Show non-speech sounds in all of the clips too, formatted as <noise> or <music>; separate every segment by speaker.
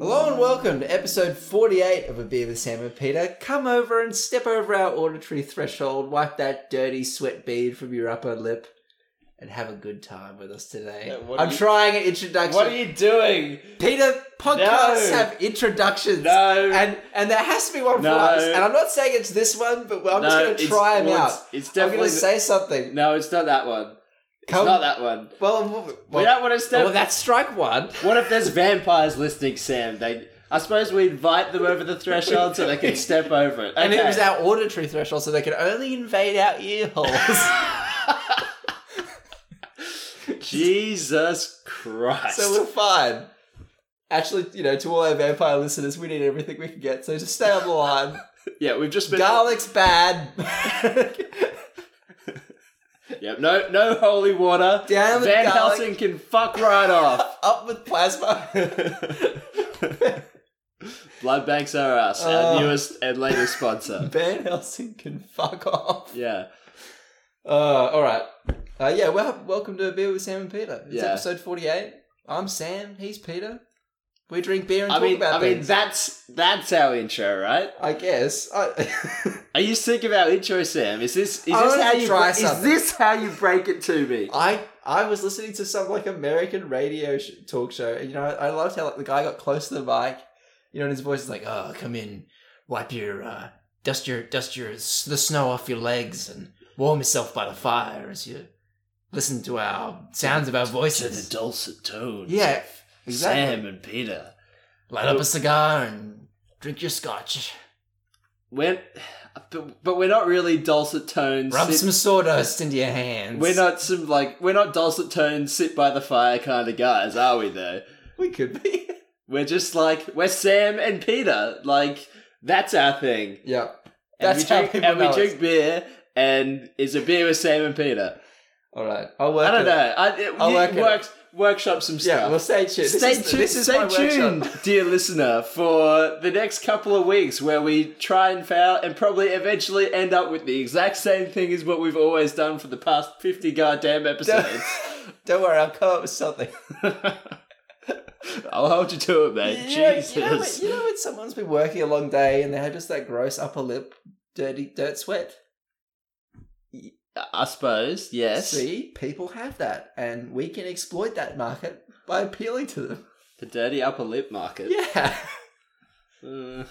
Speaker 1: Hello and welcome to episode 48 of A Beer with Sam and Peter. Come over and step over our auditory threshold, wipe that dirty sweat bead from your upper lip, and have a good time with us today.
Speaker 2: Yeah, what are
Speaker 1: I'm
Speaker 2: you-
Speaker 1: trying an introduction.
Speaker 2: What are you doing?
Speaker 1: Peter, podcasts
Speaker 2: No.
Speaker 1: have introductions.
Speaker 2: No.
Speaker 1: And, and there has to be one
Speaker 2: No.
Speaker 1: for us. And I'm not saying it's this one, but I'm just
Speaker 2: No,
Speaker 1: going to
Speaker 2: it's-
Speaker 1: try them
Speaker 2: well,
Speaker 1: out.
Speaker 2: It's, it's
Speaker 1: I'm going
Speaker 2: definitely
Speaker 1: to say something.
Speaker 2: no. It's not that one. It's
Speaker 1: Come-
Speaker 2: not that one.
Speaker 1: Well, well,
Speaker 2: we
Speaker 1: well,
Speaker 2: don't want to step.
Speaker 1: well, that's strike one.
Speaker 2: what if there's vampires listening, Sam? They, I suppose we invite them over the threshold so they
Speaker 1: <laughs>
Speaker 2: can step over it.
Speaker 1: And it
Speaker 2: Okay.
Speaker 1: was our auditory threshold, so they could only invade our ear
Speaker 2: <laughs>
Speaker 1: holes.
Speaker 2: Jesus Christ.
Speaker 1: <laughs> so we're fine. Actually, you know, to all our vampire listeners, we need everything we can get, so just stay on the
Speaker 2: <laughs>
Speaker 1: line.
Speaker 2: yeah, we've just been.
Speaker 1: Garlic's bad. <laughs>
Speaker 2: Yep, no, no holy water.
Speaker 1: Down with
Speaker 2: Van
Speaker 1: garlic.
Speaker 2: Helsing can fuck right
Speaker 1: <laughs>
Speaker 2: off.
Speaker 1: Up with plasma. <laughs>
Speaker 2: Blood banks are us,
Speaker 1: Oh.
Speaker 2: our newest and latest sponsor.
Speaker 1: Van Helsing can fuck off.
Speaker 2: Yeah.
Speaker 1: Uh, all right. Uh, yeah, well, welcome to Beer with Sam and Peter. It's
Speaker 2: Yeah.
Speaker 1: episode 48. I'm Sam, he's Peter. We drink beer and
Speaker 2: I
Speaker 1: talk
Speaker 2: mean, I
Speaker 1: about
Speaker 2: mean,
Speaker 1: things.
Speaker 2: that's that's our intro, right?
Speaker 1: I guess. I, <laughs>
Speaker 2: Are you sick of our intro, Sam? Is this is
Speaker 1: I
Speaker 2: this
Speaker 1: wanted
Speaker 2: how
Speaker 1: to
Speaker 2: you
Speaker 1: try
Speaker 2: is
Speaker 1: something.
Speaker 2: this how you break it to me?
Speaker 1: I I was listening to some like American radio sh- talk show, and you know I loved how like the guy got close to the mic, you know, and his voice is like, "Oh, come in, wipe your, uh, dust your, dust your s- the snow off your legs, and warm yourself by the fire as you listen to our sounds of our voices."
Speaker 2: dulcet tones.
Speaker 1: Yeah, exactly.
Speaker 2: and Peter.
Speaker 1: Light up a cigar and drink your scotch.
Speaker 2: When, but, but we're not really dulcet tones.
Speaker 1: Rub
Speaker 2: sit-
Speaker 1: some sawdust into your hands.
Speaker 2: we're not some like we're not dulcet tones sit by the fire kind of guys, are we? Though
Speaker 1: We could be. <laughs>
Speaker 2: we're just like we're Sam and Peter. Like that's our thing.
Speaker 1: yeah.
Speaker 2: And
Speaker 1: That's
Speaker 2: we
Speaker 1: how
Speaker 2: drink,
Speaker 1: people
Speaker 2: and we
Speaker 1: know us.
Speaker 2: drink beer. And it's a beer with Sam and Peter.
Speaker 1: All right. I'll work
Speaker 2: I don't
Speaker 1: it.
Speaker 2: know. I, it,
Speaker 1: I'll
Speaker 2: you-
Speaker 1: work it
Speaker 2: works- workshop some stuff.
Speaker 1: Yeah, well, stay tuned. This
Speaker 2: stay
Speaker 1: is-
Speaker 2: tuned,
Speaker 1: this is
Speaker 2: stay
Speaker 1: my workshop.
Speaker 2: tuned dear listener, for the next couple of weeks where we try and fail and probably eventually end up with the exact same thing as what we've always done for the past 50
Speaker 1: <laughs>
Speaker 2: goddamn episodes.
Speaker 1: <laughs> Don't worry, I'll come up with something.
Speaker 2: <laughs> I'll hold you to it, man.
Speaker 1: You know-
Speaker 2: Jesus.
Speaker 1: You know, when, you know when someone's been working a long day and they have just that gross upper lip, dirty dirt sweat?
Speaker 2: I suppose, yes.
Speaker 1: See, people have that, and we can exploit that market by appealing to them. <laughs>
Speaker 2: The dirty upper lip market.
Speaker 1: Yeah.
Speaker 2: Uh,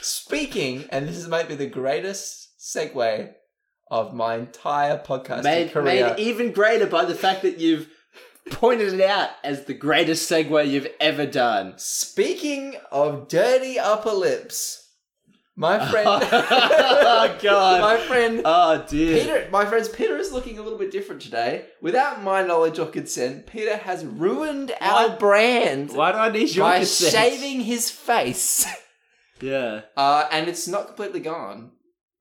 Speaker 1: Speaking, and this might be the greatest segue of my entire podcasting
Speaker 2: made,
Speaker 1: career.
Speaker 2: made even greater by the fact that you've pointed it out as the greatest segue you've ever done.
Speaker 1: Speaking of dirty upper lips,
Speaker 2: <laughs>
Speaker 1: my friend.
Speaker 2: Oh, God.
Speaker 1: My friend
Speaker 2: Oh, dear.
Speaker 1: Peter, my friends, Peter is looking a little bit different today. Without my knowledge or consent, Peter has ruined our
Speaker 2: Why-
Speaker 1: brand
Speaker 2: Why do I need your
Speaker 1: by
Speaker 2: consent?
Speaker 1: shaving his face,
Speaker 2: <laughs>
Speaker 1: <laughs>
Speaker 2: Yeah.
Speaker 1: uh, and it's not completely gone.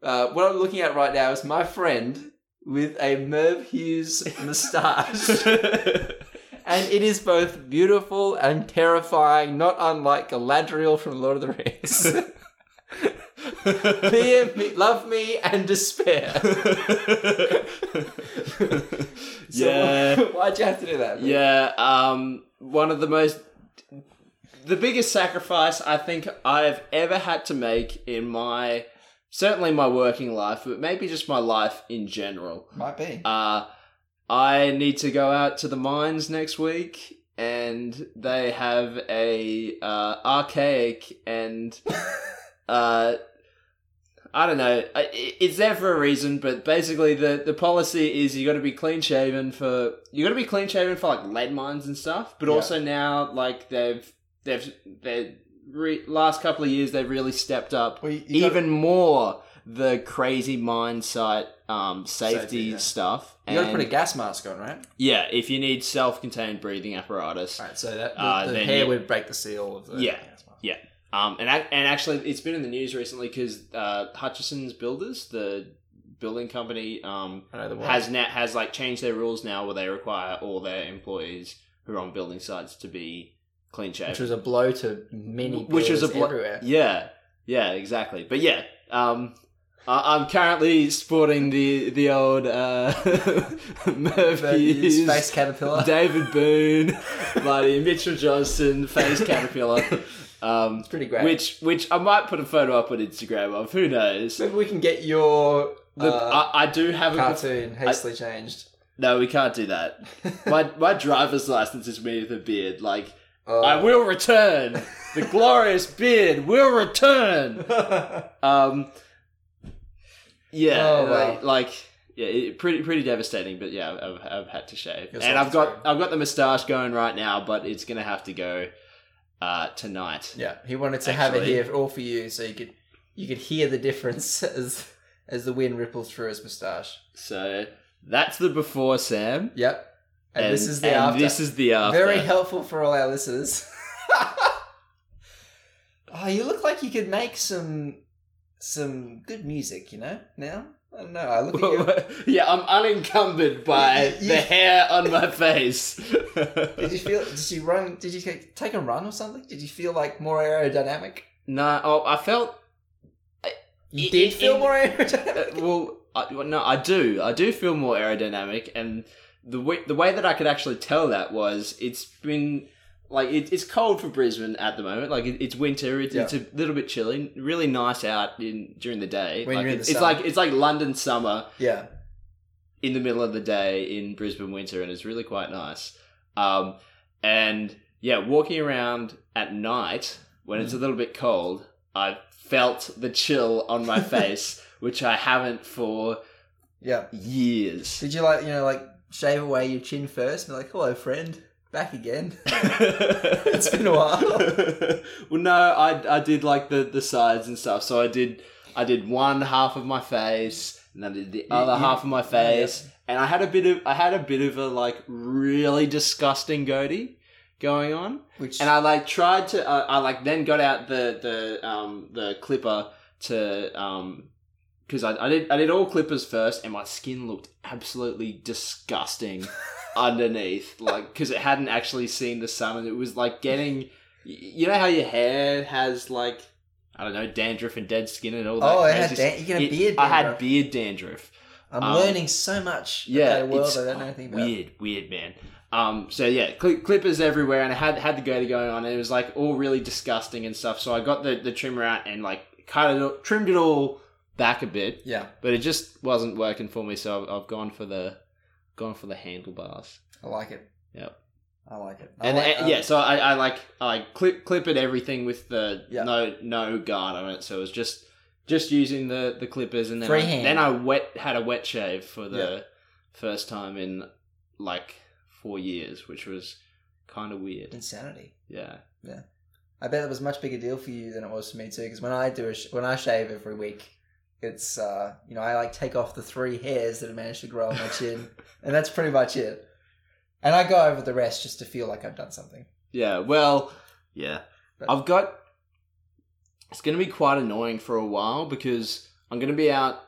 Speaker 1: Uh, what I'm looking at right now is my friend with a Merv
Speaker 2: <laughs>
Speaker 1: Hughes moustache, and it is both beautiful and terrifying, not unlike Galadriel from Lord of the Rings.
Speaker 2: <laughs>
Speaker 1: Fear me, love me, and
Speaker 2: <laughs>
Speaker 1: despair. So <laughs>
Speaker 2: yeah.
Speaker 1: why'd you have to do that? man?
Speaker 2: Yeah. Um, one of the most. The biggest sacrifice I think I've ever had to make in my. Certainly my working life, but maybe just my life in general.
Speaker 1: might be.
Speaker 2: Uh, I need to go out to the mines next week, and they have a uh, archaic and uh, I don't know. I- i- It's there for a reason, but basically the the policy is you got to be clean shaven for you got to be clean shaven for like lead mines and stuff. But
Speaker 1: Yeah.
Speaker 2: also now like they've they've they re- last couple of years they've really stepped up
Speaker 1: Well, you- you gotta-
Speaker 2: even more the crazy mine site um, safety,
Speaker 1: Safety, yeah.
Speaker 2: stuff.
Speaker 1: You gotta
Speaker 2: and-
Speaker 1: put a gas mask on, right?
Speaker 2: yeah, if you need self-contained breathing apparatus.
Speaker 1: Right, so that the,
Speaker 2: Uh,
Speaker 1: the
Speaker 2: then
Speaker 1: hair
Speaker 2: you-
Speaker 1: would break the seal of the
Speaker 2: Yeah.
Speaker 1: gas mask.
Speaker 2: Um, and ac- and actually, it's been in the news recently because uh, Hutchison's Builders, the building company, um,
Speaker 1: I know the one.
Speaker 2: has now has like changed their rules now where they require all their employees who are on building sites to be clean shave.
Speaker 1: which was a blow to many
Speaker 2: Which was a
Speaker 1: beers
Speaker 2: blo- <laughs>
Speaker 1: everywhere.
Speaker 2: Yeah, yeah, exactly. But yeah, um, I- I'm currently sporting the the old uh, <laughs> Merv
Speaker 1: The
Speaker 2: Hughes,
Speaker 1: space caterpillar. <laughs>
Speaker 2: David Boone, bloody Mitchell Johnson, face caterpillar. Um,
Speaker 1: It's pretty great.
Speaker 2: which which I might put a photo up on Instagram of. Who knows?
Speaker 1: Maybe we can get your
Speaker 2: The,
Speaker 1: uh,
Speaker 2: I, I do have a
Speaker 1: cartoon hastily changed.
Speaker 2: no. We can't do that. My my driver's license is me with a beard. Like
Speaker 1: <laughs>
Speaker 2: I
Speaker 1: Uh,
Speaker 2: will return. The glorious beard will return. <laughs> Um, yeah,
Speaker 1: Oh,
Speaker 2: like-
Speaker 1: wow.
Speaker 2: like yeah, it, pretty pretty devastating. But yeah, I've, I've had to shave,
Speaker 1: Yes,
Speaker 2: and
Speaker 1: I'm
Speaker 2: I've got
Speaker 1: sorry.
Speaker 2: I've got the moustache going right now, but it's gonna have to go uh, tonight.
Speaker 1: yeah, he wanted to have it
Speaker 2: Actually-
Speaker 1: here all for you, so you could you could hear the difference <laughs> as as the wind ripples through his moustache.
Speaker 2: So that's the before, Sam,
Speaker 1: Yep, and, this is the
Speaker 2: and
Speaker 1: after.
Speaker 2: This is the after.
Speaker 1: Very
Speaker 2: <laughs>
Speaker 1: helpful for all our listeners. <laughs> oh, you look like you could make some some good music. You know now. I don't know. I look at you.
Speaker 2: yeah, I'm unencumbered by
Speaker 1: <laughs> You-
Speaker 2: the hair on my face. <laughs>
Speaker 1: Did you feel? Did you run? Did you take take a run or something? Did you feel like more aerodynamic?
Speaker 2: no, oh, I felt
Speaker 1: You
Speaker 2: It-
Speaker 1: did
Speaker 2: it-
Speaker 1: feel
Speaker 2: it-
Speaker 1: more
Speaker 2: Uh,
Speaker 1: aerodynamic. <laughs>
Speaker 2: well, I, well, no, I do. I do feel more aerodynamic, and the way, the way that I could actually tell that was it's been like it, it's cold for Brisbane at the moment. Like it, it's winter. It's,
Speaker 1: Yeah.
Speaker 2: it's a little bit chilly. Really nice out in during the day.
Speaker 1: When
Speaker 2: like,
Speaker 1: you're in
Speaker 2: it-
Speaker 1: the
Speaker 2: it's
Speaker 1: sun.
Speaker 2: like it's like London summer
Speaker 1: yeah,
Speaker 2: in the middle of the day in Brisbane winter, and it's really quite nice. Um, and yeah, walking around at night when it's a little bit cold, I felt the chill on
Speaker 1: <laughs>
Speaker 2: my face, which I haven't for
Speaker 1: yeah.
Speaker 2: <laughs> years.
Speaker 1: Did you like you know like shave away your chin first and be like, "Hello, friend, back again"? <laughs>
Speaker 2: it's
Speaker 1: been a while.
Speaker 2: <laughs> well, no, I I did like the the sides and stuff. So I did I did one half of my face, and then I did the other
Speaker 1: you-
Speaker 2: half of my face, and I had a bit of I had a bit of a like really disgusting goatee going on,
Speaker 1: Which
Speaker 2: and I like tried to uh, I like then got out the the um the clipper to um. Because I, I did, I did all clippers first, and my skin looked absolutely
Speaker 1: <laughs>
Speaker 2: disgusting underneath, like because it hadn't actually seen the sun, and it was like getting, y- you know how your hair has like, I don't know, dandruff and dead skin and all that.
Speaker 1: oh, I
Speaker 2: crazy
Speaker 1: had
Speaker 2: stuff.
Speaker 1: dan- you get a
Speaker 2: It-
Speaker 1: beard.
Speaker 2: I had
Speaker 1: dandruff.
Speaker 2: beard dandruff.
Speaker 1: I'm
Speaker 2: um,
Speaker 1: learning so much.
Speaker 2: Yeah,
Speaker 1: about the world
Speaker 2: it's
Speaker 1: I don't know anything about.
Speaker 2: weird, weird man. Um, so yeah, cl- clippers everywhere, and I had had the goatee going on, and it was like all really disgusting and stuff. So I got the the trimmer out and like cut it, all, trimmed it all back a bit,
Speaker 1: Yeah,
Speaker 2: but it just wasn't working for me. So I've, I've gone for the, gone for the handlebars.
Speaker 1: I like it.
Speaker 2: Yep.
Speaker 1: I like it. I
Speaker 2: and
Speaker 1: like,
Speaker 2: uh,
Speaker 1: um,
Speaker 2: yeah, so I, I like I clip clip it everything with the
Speaker 1: Yeah.
Speaker 2: no no guard on it. So it was just just using the the clippers and then
Speaker 1: Free
Speaker 2: I,
Speaker 1: hand.
Speaker 2: then I wet had a wet shave for the first time in like four years, which was kind of weird.
Speaker 1: insanity.
Speaker 2: Yeah,
Speaker 1: I bet that was a much bigger deal for you than it was for me too. Because when I do a sh- when I shave every week, it's uh you know I like take off the three hairs that have managed to grow on my
Speaker 2: <laughs>
Speaker 1: chin, and that's pretty much it. And I go over the rest just to feel like I've done something.
Speaker 2: yeah. Well, yeah.
Speaker 1: But-
Speaker 2: I've got. It's gonna be quite annoying for a while because I'm gonna be out.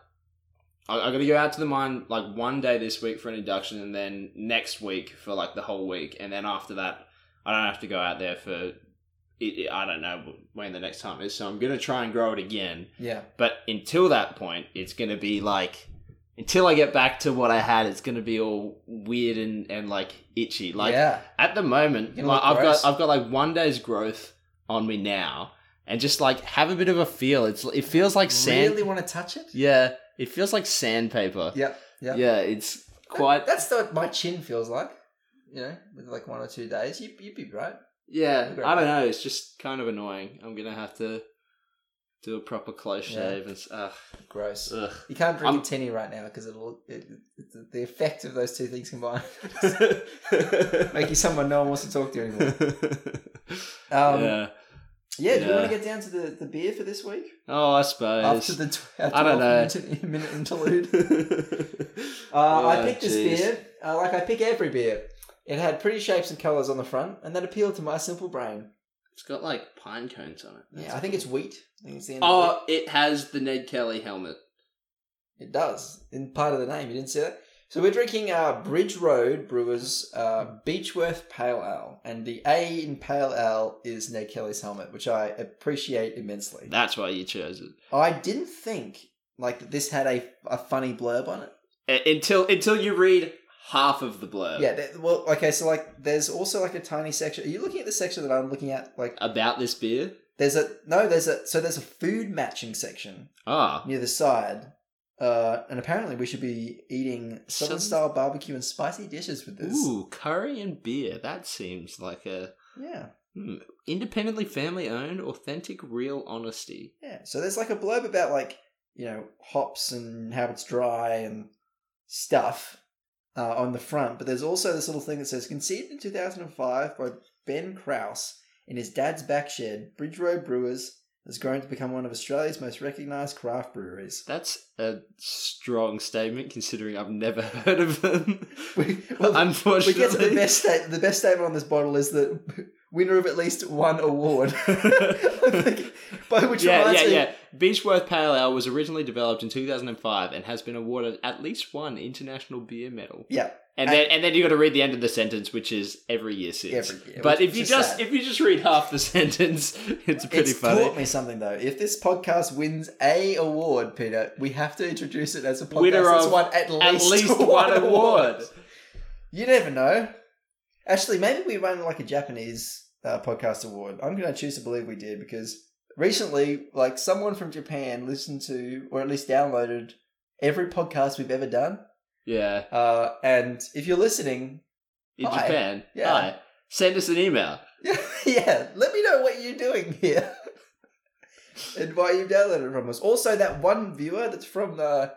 Speaker 2: I, I'm gonna go out to the mine like one day this week for an induction, and then next week for like the whole week, and then after that, I don't have to go out there for. It, it- I don't know when the next time is, so I'm gonna try and grow it again.
Speaker 1: Yeah,
Speaker 2: But until that point, it's gonna be like. Until I get back to what I had, it's gonna be all weird and, and like itchy. Like
Speaker 1: yeah,
Speaker 2: at the moment,
Speaker 1: You're
Speaker 2: like,
Speaker 1: gonna
Speaker 2: I've
Speaker 1: look
Speaker 2: got
Speaker 1: gross.
Speaker 2: I've got like one day's growth on me now, and just like have a bit of a feel. It's it feels like sand.
Speaker 1: really want to touch it.
Speaker 2: Yeah, it feels like sandpaper.
Speaker 1: Yep, yep.
Speaker 2: yeah, it's
Speaker 1: That-
Speaker 2: quite.
Speaker 1: That's what my chin feels like. You know, with like one or two days, you, you'd be right.
Speaker 2: Yeah, I don't know. It's just kind of annoying. I'm gonna have to do a proper close
Speaker 1: Yeah.
Speaker 2: shave and s- ugh,
Speaker 1: Gross.
Speaker 2: ugh.
Speaker 1: You can't drink
Speaker 2: I'm-
Speaker 1: a tinny right now because it'll it, it, the effect of those two things combined <laughs> make
Speaker 2: <laughs>
Speaker 1: you someone no one wants to talk to anymore. Um, yeah.
Speaker 2: yeah.
Speaker 1: do you want
Speaker 2: yeah.
Speaker 1: to get down to the, the beer for this week
Speaker 2: Oh, I suppose.
Speaker 1: after the tw- our
Speaker 2: I don't
Speaker 1: 12 minute, minute
Speaker 2: <laughs>
Speaker 1: interlude? Uh, I
Speaker 2: Oh,
Speaker 1: picked
Speaker 2: jeez.
Speaker 1: this beer, uh, like I pick every beer. It had pretty shapes and colors on the front, and that appealed to my simple brain.
Speaker 2: It's got like pine cones on it.
Speaker 1: Yeah, I think it's wheat. I think it's the end. of wheat.
Speaker 2: Oh, it has the Ned Kelly helmet.
Speaker 1: It does. In part of the name, you didn't see that. So we're drinking uh, Bridge Road Brewers uh, Beechworth Pale Ale, and the A in Pale Ale is Ned Kelly's helmet, which I appreciate immensely.
Speaker 2: That's why you chose it.
Speaker 1: I didn't think like that this had a, a funny blurb on it.
Speaker 2: A- Until until you read half of the blurb
Speaker 1: Yeah, that- well, okay, so like there's also like a tiny section. Are you looking at the section that I'm looking at? Like
Speaker 2: about this beer.
Speaker 1: there's a no, there's a so there's a food matching section
Speaker 2: Ah,
Speaker 1: near the side. Uh, and apparently we should be eating southern
Speaker 2: Some-
Speaker 1: style barbecue and spicy dishes with this.
Speaker 2: ooh, curry and beer. That seems like a
Speaker 1: Yeah,
Speaker 2: hmm, independently family owned, authentic, real honesty.
Speaker 1: yeah. So there's like a blurb about like you know hops and how it's dry and stuff uh, on the front, but there's also this little thing that says conceived in 2005 by Ben Krause in his dad's back shed, Bridge Road Brewers has grown to become one of Australia's most recognised craft breweries. <laughs>
Speaker 2: That's a strong statement, considering I've never <laughs> heard of them.
Speaker 1: We, well, we
Speaker 2: Unfortunately,
Speaker 1: get to the best state. The best statement on this bottle is the winner of at least one award. <laughs> I think- by which
Speaker 2: <laughs> yeah,
Speaker 1: reminds
Speaker 2: yeah,
Speaker 1: me,
Speaker 2: yeah. Beechworth Pale Ale was originally developed in 2005 and has been awarded at least one international beer medal.
Speaker 1: yeah,
Speaker 2: And then, and then you got to read the end of the sentence, which is every year since.
Speaker 1: Every year,
Speaker 2: but
Speaker 1: which-
Speaker 2: if
Speaker 1: which
Speaker 2: you
Speaker 1: is
Speaker 2: just
Speaker 1: sad.
Speaker 2: if you just read half the <laughs> sentence, it's pretty
Speaker 1: it's
Speaker 2: funny.
Speaker 1: taught me something though. If this podcast wins a award, Peter, we have to introduce it as a podcast
Speaker 2: Winner
Speaker 1: that's
Speaker 2: of
Speaker 1: won at
Speaker 2: At
Speaker 1: least, <laughs>
Speaker 2: least one award.
Speaker 1: You never know. Actually, maybe we won like a Japanese uh, podcast award. I'm going to choose to believe we did because recently, like someone from Japan listened to or at least downloaded every podcast we've ever done.
Speaker 2: Yeah,
Speaker 1: Uh, and if you're listening,
Speaker 2: in
Speaker 1: Hi.
Speaker 2: Japan.
Speaker 1: Yeah.
Speaker 2: Hi. Send us an <laughs> email.
Speaker 1: yeah, let me know what you're doing
Speaker 2: <laughs>
Speaker 1: here and why you downloaded from us. Also, that one viewer that's from uh,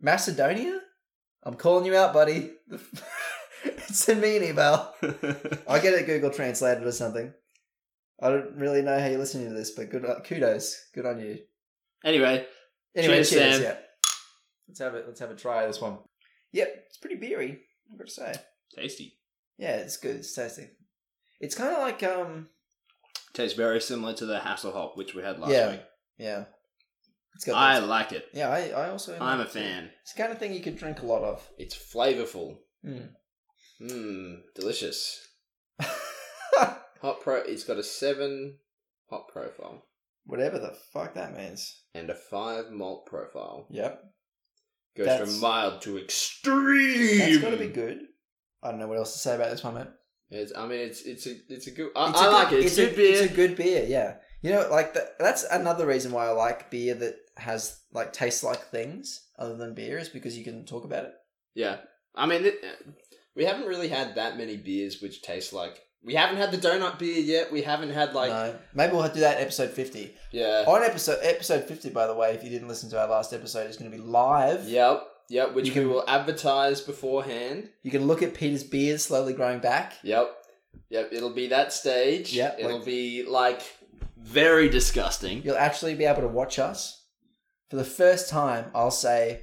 Speaker 1: Macedonia, I'm calling you out, buddy. <laughs> Send me an email. I get it Google translated or something. I don't really know how you're listening to this, but good uh, kudos, good on you.
Speaker 2: anyway,
Speaker 1: Anyway, cheers.
Speaker 2: Cheers, Sam.
Speaker 1: Yeah, let's have it. Let's have a try of this one. Yep, it's pretty beery. I've got to say.
Speaker 2: tasty.
Speaker 1: Yeah, it's good. It's tasty. It's kind of like um.
Speaker 2: Tastes very similar to the Hasselhoff, which we had last
Speaker 1: Yeah.
Speaker 2: week.
Speaker 1: Yeah. It's got
Speaker 2: I
Speaker 1: those-
Speaker 2: like it.
Speaker 1: yeah, I, I also
Speaker 2: I'm a fan.
Speaker 1: It's the kind of thing you could drink a lot
Speaker 2: <laughs>
Speaker 1: of.
Speaker 2: It's flavorful.
Speaker 1: Mm.
Speaker 2: Mmm, delicious. Hot pro. It's got a seven hot profile
Speaker 1: Whatever the fuck that means.
Speaker 2: and a five malt profile.
Speaker 1: Yep.
Speaker 2: Goes
Speaker 1: That's-
Speaker 2: from mild to extreme.
Speaker 1: That's got to be good. I don't know what else to say about this one, man.
Speaker 2: It's, I mean, it's it's a it's a good. I,
Speaker 1: It's
Speaker 2: I
Speaker 1: a
Speaker 2: like
Speaker 1: good-
Speaker 2: it. It's,
Speaker 1: a-
Speaker 2: good beer.
Speaker 1: It's a good beer, yeah. You know, like that that's another reason why I like beer that has like tastes like things other than beer is because you can talk about it.
Speaker 2: yeah. I mean, it, we haven't really had that many beers which taste like. We haven't had the donut beer yet. We haven't had like
Speaker 1: no, maybe we'll do that in episode fifty.
Speaker 2: yeah.
Speaker 1: On episode episode fifty, by the way, if you didn't listen to our last episode, it's going to be live.
Speaker 2: Yep, yep. Which
Speaker 1: You can-
Speaker 2: we will advertise beforehand.
Speaker 1: You can look at Peter's beard slowly growing back.
Speaker 2: Yep. Yep, it'll be that stage.
Speaker 1: Yep,
Speaker 2: It'll
Speaker 1: like-
Speaker 2: be like very disgusting.
Speaker 1: You'll actually be able to watch us. For the first time, I'll say,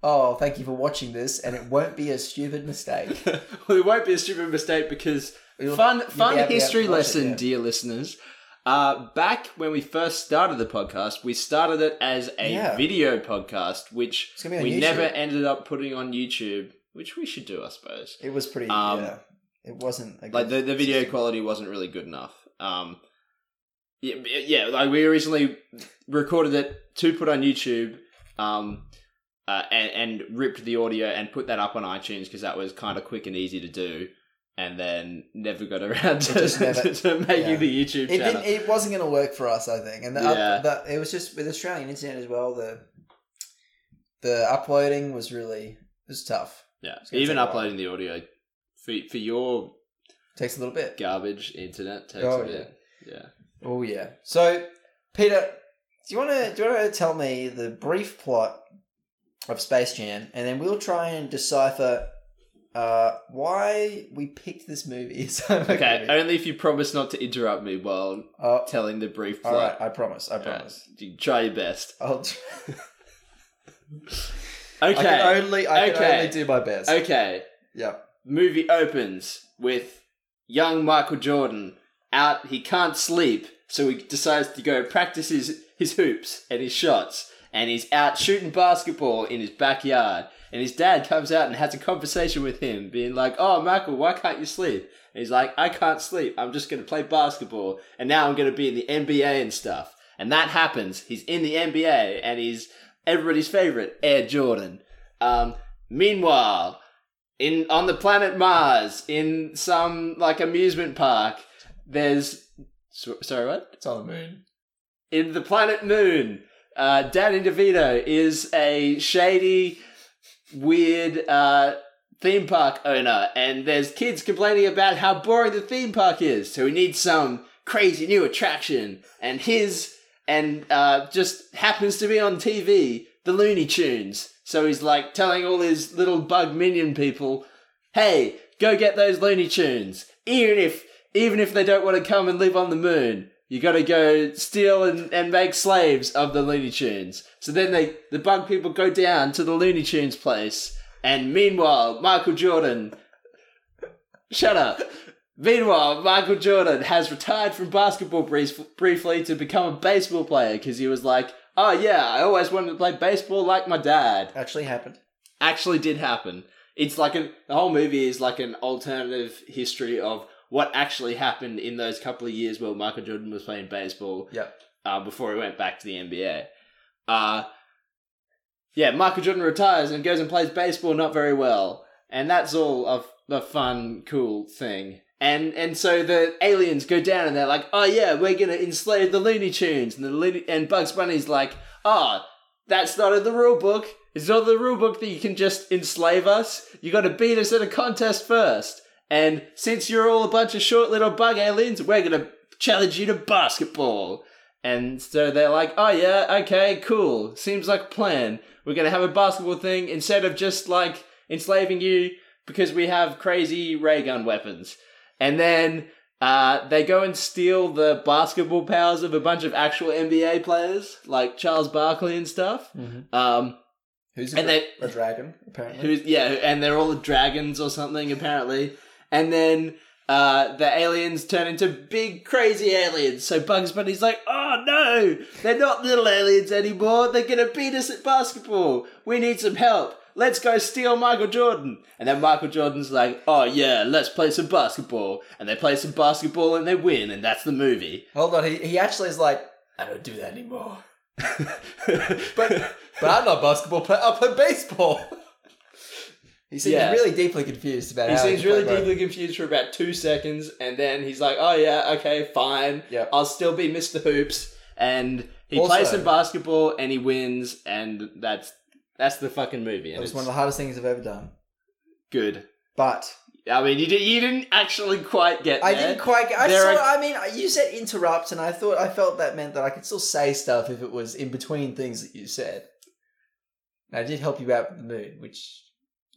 Speaker 1: Oh, thank you for watching this, and it won't be a stupid
Speaker 2: <laughs>
Speaker 1: mistake.
Speaker 2: well, <laughs> it won't be a stupid mistake because
Speaker 1: You'll-
Speaker 2: fun
Speaker 1: be
Speaker 2: fun
Speaker 1: able to
Speaker 2: history
Speaker 1: watch it,
Speaker 2: lesson,
Speaker 1: yeah.
Speaker 2: dear listeners. Uh, back when we first started the podcast, we started it as a
Speaker 1: Yeah.
Speaker 2: video podcast, which
Speaker 1: It's
Speaker 2: we
Speaker 1: gonna be on YouTube.
Speaker 2: never ended up putting on YouTube, which we should do, I suppose.
Speaker 1: It was pretty,
Speaker 2: Um,
Speaker 1: yeah. It wasn't a
Speaker 2: like the,
Speaker 1: good
Speaker 2: the video
Speaker 1: system.
Speaker 2: quality wasn't really good enough um yeah, yeah like we originally recorded it to put on youtube um uh, and, and ripped the audio and put that up on itunes because that was kind of quick and easy to do and then never got <laughs> around to,
Speaker 1: just never-
Speaker 2: to, making
Speaker 1: yeah.
Speaker 2: the youtube
Speaker 1: It,
Speaker 2: channel
Speaker 1: didn't, it wasn't going to work for us, I think. And the,
Speaker 2: Yeah.
Speaker 1: up, the, it was just with Australian internet as well, the the uploading was really it was tough.
Speaker 2: yeah
Speaker 1: It's gonna
Speaker 2: even
Speaker 1: take a while.
Speaker 2: uploading the audio for, for your
Speaker 1: Takes a little bit.
Speaker 2: garbage internet takes
Speaker 1: Oh,
Speaker 2: a bit
Speaker 1: <laughs>
Speaker 2: yeah
Speaker 1: Oh yeah. So, Peter, do you want to do you want to tell me the brief plot of Space Jam, and then we'll try and decipher uh, why we picked this movie. <laughs> So
Speaker 2: okay only if you promise not to interrupt me while
Speaker 1: Oh,
Speaker 2: telling the brief
Speaker 1: all
Speaker 2: plot
Speaker 1: right. I promise. I promise.
Speaker 2: You try your best
Speaker 1: I'll. Try.
Speaker 2: okay
Speaker 1: I can only. I can
Speaker 2: Okay.
Speaker 1: only do my best.
Speaker 2: Okay.
Speaker 1: Yep.
Speaker 2: Movie opens with young Michael Jordan out. He can't sleep, so he decides to go practice his, his hoops and his shots. And he's out shooting basketball in his backyard. and his dad comes out and has a conversation with him, being like, "Oh, Michael, why can't you sleep?" And he's like, "I can't sleep. I'm just going to play basketball, and now I'm going to be in the NBA and stuff." And that happens. He's in the NBA, and he's everybody's favorite, Air Jordan. Um, meanwhile, in on the planet Mars, in some like amusement park, there's so- sorry what
Speaker 1: It's on the moon.
Speaker 2: in the planet Moon, uh, Danny DeVito is a shady, weird uh, theme park owner, and there's kids complaining about how boring the theme park is. So he needs some crazy new attraction, and his and uh, just happens to be on TV, the Looney Tunes. So he's like telling all his little bug minion people, "Hey, go get those Looney Tunes, even if even if they don't want to come and live on the moon." You gotta go steal and, and make slaves of the Looney Tunes. So then they the bug people go down to the Looney Tunes place, and meanwhile, Michael Jordan Shut up. Meanwhile, Michael Jordan has retired from basketball brief- briefly to become a baseball player because he was like, oh yeah, I always wanted to play baseball like my dad.
Speaker 1: Actually happened.
Speaker 2: Actually, did happen. It's like an the whole movie is like an alternative history of what actually happened in those couple of years while Michael Jordan was playing baseball
Speaker 1: Yep.
Speaker 2: uh, before he went back to the NBA. Uh, yeah, Michael Jordan retires and goes and plays baseball not very well. And that's all a, f- a fun, cool thing. And and so the aliens go down and they're like, oh yeah, we're gonna enslave the Looney Tunes. And the Looney- and Bugs Bunny's like, ah, that's not in the rule book. It's not in the rule book that you can just enslave us. You got to beat us at a contest first. And since you're all a bunch of short little bug aliens, we're gonna challenge you to basketball. And so they're like, oh yeah, okay, cool. Seems like a plan. We're gonna have a basketball thing instead of just like enslaving you because we have crazy ray gun weapons. And then uh, they go and steal the basketball powers of a bunch of actual NBA players, like Charles Barkley and stuff. Um,
Speaker 1: Who's a,
Speaker 2: and
Speaker 1: dra-
Speaker 2: they
Speaker 1: a dragon? Apparently.
Speaker 2: Who's yeah, and they're all dragons or something apparently. And then uh, the aliens turn into big crazy aliens. So Bugs Bunny's like, "Oh no, they're not little aliens anymore. They're gonna beat us at basketball. We need some help. Let's go steal Michael Jordan." And then Michael Jordan's like, "Oh yeah, let's play some basketball." And they play some basketball and they win, and that's the movie.
Speaker 1: Hold on. He, he actually is like, I don't do that anymore. But but I'm not a basketball player. I play baseball. <laughs> He seems
Speaker 2: Yeah.
Speaker 1: really deeply confused about.
Speaker 2: He
Speaker 1: how
Speaker 2: seems
Speaker 1: can play
Speaker 2: really
Speaker 1: both.
Speaker 2: deeply confused for about two seconds, and then he's like, "Oh yeah, okay, fine.
Speaker 1: Yep.
Speaker 2: I'll still be Mr. Hoops." And he
Speaker 1: Also-
Speaker 2: plays some basketball, and he wins, and that's that's the fucking movie.
Speaker 1: It
Speaker 2: And
Speaker 1: was
Speaker 2: it's
Speaker 1: one of the hardest things I've ever done.
Speaker 2: good.
Speaker 1: But
Speaker 2: I mean, you did, you didn't actually quite get.
Speaker 1: I
Speaker 2: there.
Speaker 1: didn't quite. Get, I
Speaker 2: There
Speaker 1: sort
Speaker 2: are-
Speaker 1: of- I mean, you said interrupt, and I thought I felt that meant that I could still say stuff if it was in between things that you said. And I did help you out with the moon, which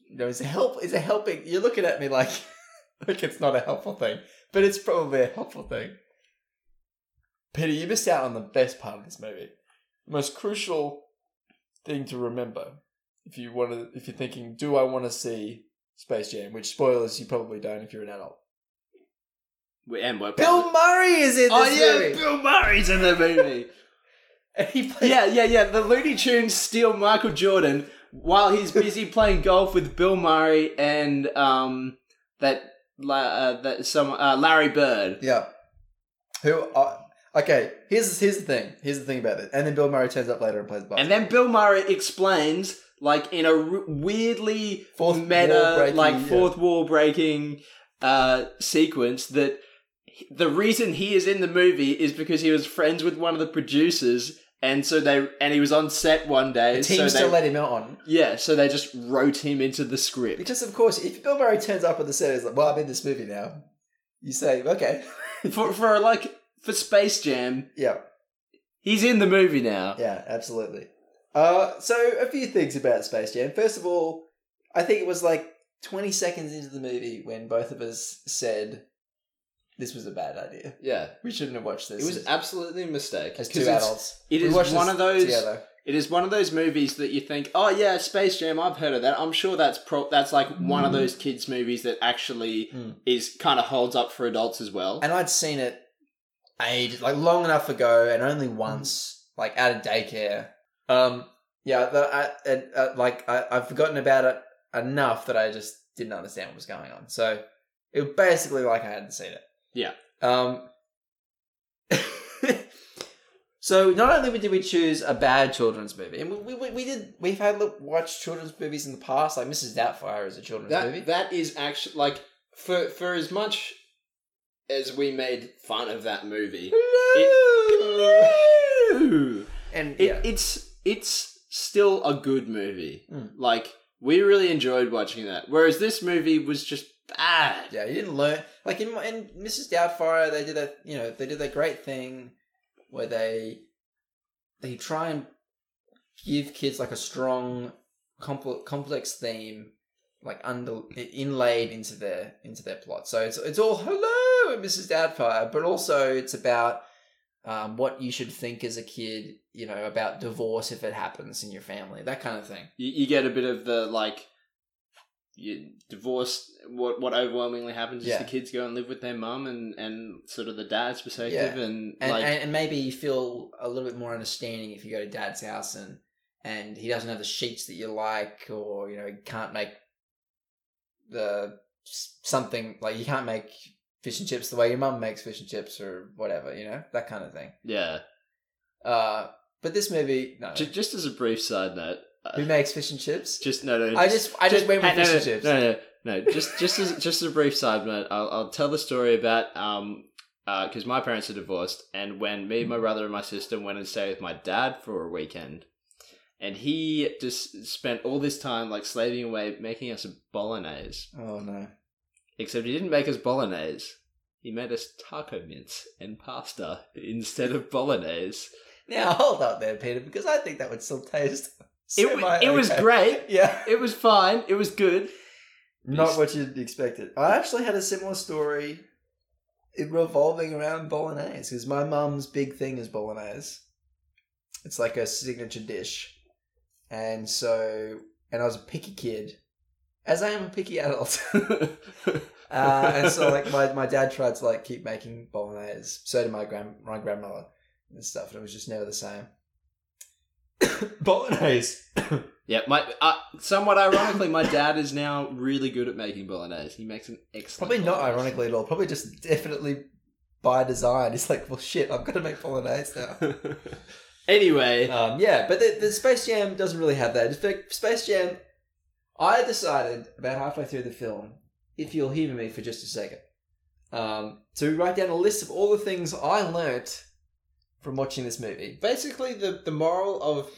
Speaker 1: you know, is a help. Is a helping. You're looking at me like <laughs> like it's not a helpful thing, but it's probably a helpful thing. Peter, you missed out on the best part of this movie, the most crucial thing to remember if you want to. If you're thinking, do I want to see Space Jam? Which spoilers, you probably don't if you're an adult.
Speaker 2: We- And we're
Speaker 1: Bill Murray is in this
Speaker 2: Oh yeah,
Speaker 1: movie.
Speaker 2: Bill Murray's in the movie.
Speaker 1: And he plays
Speaker 2: yeah, yeah, yeah. The Looney Tunes steal Michael Jordan while he's
Speaker 1: <laughs>
Speaker 2: busy playing golf with Bill Murray and um that la- uh, that some uh, Larry Bird.
Speaker 1: Yeah. Who? Uh, okay. Here's here's the thing. Here's the thing about it. And then Bill Murray turns up later and plays basketball.
Speaker 2: And then Bill Murray explains, like in a r- weirdly
Speaker 1: fourth wall
Speaker 2: meta,
Speaker 1: breaking,
Speaker 2: like
Speaker 1: yeah.
Speaker 2: fourth wall breaking uh, sequence that he- the reason he is in the movie is because he was friends with one of the producers, and so they and he was on set one day.
Speaker 1: The team
Speaker 2: so
Speaker 1: still
Speaker 2: they,
Speaker 1: let him out on.
Speaker 2: yeah, so they just wrote him into the script.
Speaker 1: Because of course, if Bill Murray turns up at the set, and is like, "Well, I'm in this movie now." You say, "Okay, <laughs>
Speaker 2: for for like for Space Jam,
Speaker 1: yeah,
Speaker 2: he's in the movie now.
Speaker 1: yeah, absolutely." Uh, so a few things about Space Jam. First of all, I think it was like 20 seconds into the movie when both of us said this was a bad idea.
Speaker 2: Yeah,
Speaker 1: We shouldn't have watched this.
Speaker 2: it was absolutely a mistake.
Speaker 1: as
Speaker 2: 'cause
Speaker 1: two
Speaker 2: it's-
Speaker 1: adults.
Speaker 2: it
Speaker 1: We
Speaker 2: is
Speaker 1: watched
Speaker 2: one
Speaker 1: this
Speaker 2: of those-
Speaker 1: together.
Speaker 2: It is one of those movies that you think, oh yeah, Space Jam. I've heard of that. I'm sure that's pro- that's like one of
Speaker 1: Mm.
Speaker 2: those kids movies that actually
Speaker 1: Mm.
Speaker 2: is kind of holds up for adults as well.
Speaker 1: and I'd seen it ages, like long enough ago, and only once, like out of daycare. Um, yeah, that I, and, uh, like I, I've forgotten about it enough that I just didn't understand what was going on. So it was basically like I hadn't seen it.
Speaker 2: Yeah.
Speaker 1: Um. <laughs> so not only did we choose a bad children's movie, and we we, we did we've had look, watched children's movies in the past, like Mrs. Doubtfire is a children's
Speaker 2: That
Speaker 1: movie.
Speaker 2: that is actually like for for as much as we made fun of that movie, <laughs> it,
Speaker 1: and
Speaker 2: it-
Speaker 1: yeah,
Speaker 2: it's it's still a good movie.
Speaker 1: Mm.
Speaker 2: Like we really enjoyed watching that, whereas this movie was just bad.
Speaker 1: yeah, you didn't learn like in my- in Mrs. Doubtfire they did that you know they did that great thing where they they try and give kids like a strong compl- complex theme like under inlaid into their into their plot. So it's it's all hello Mrs. Doubtfire, but also it's about um, what you should think as a kid, you know, about divorce if it happens in your family, that kind of thing.
Speaker 2: You, you get a bit of the like. You divorce what what overwhelmingly happens
Speaker 1: Yeah.
Speaker 2: is the kids go and live with their mum and and sort of the dad's perspective and,
Speaker 1: and,
Speaker 2: like
Speaker 1: and, and maybe you feel a little bit more understanding if you go to dad's house and and he doesn't have the sheets that you like or you know he can't make the s- something like you can't make fish and chips the way your mum makes fish and chips or whatever you know that kind of thing
Speaker 2: yeah
Speaker 1: uh but this movie no
Speaker 2: Ju- just as a brief side note uh,
Speaker 1: who makes fish and chips
Speaker 2: just no no
Speaker 1: i just i just went with
Speaker 2: hey, no,
Speaker 1: fish
Speaker 2: no,
Speaker 1: and chips
Speaker 2: No, no, no, Just, just as, just as a brief side note, I'll, I'll tell the story about um, because my parents are divorced, and when me,
Speaker 1: Mm-hmm.
Speaker 2: my brother, and my sister went and stayed with my dad for a weekend, and he just spent all this time like slaving away making us a bolognese.
Speaker 1: oh no
Speaker 2: Except he didn't make us bolognese. He made us taco mince and pasta instead of bolognese.
Speaker 1: now hold up there peter because i think that would still taste
Speaker 2: It,
Speaker 1: semi
Speaker 2: wa- it was
Speaker 1: okay.
Speaker 2: great.
Speaker 1: yeah
Speaker 2: It was fine. It
Speaker 1: <laughs>
Speaker 2: was good.
Speaker 1: Not what you'd expected. I actually had a similar story it revolving around bolognese because my mum's big thing is bolognese. It's like a signature dish. And so, and I was a picky kid, as I am a picky adult. <laughs> Uh, and so, like my, my dad tried to like keep making bolognese. So did my grand my grandmother and stuff, and it was just never the same. <coughs> bolognese.
Speaker 2: Yeah, my uh, somewhat ironically, my dad is now really good at making bolognese. He makes an excellent.
Speaker 1: Probably not
Speaker 2: bolognese.
Speaker 1: ironically at all. Probably just definitely by design. It's like, well, shit, I've got to make bolognese
Speaker 2: <laughs>
Speaker 1: now.
Speaker 2: anyway,
Speaker 1: Um, yeah, but the, the Space Jam doesn't really have that. In fact, Space Jam, I decided about halfway through the film, if you'll hear me for just a second, um, to write down a list of all the things I learnt from watching this movie.
Speaker 2: basically, the the moral of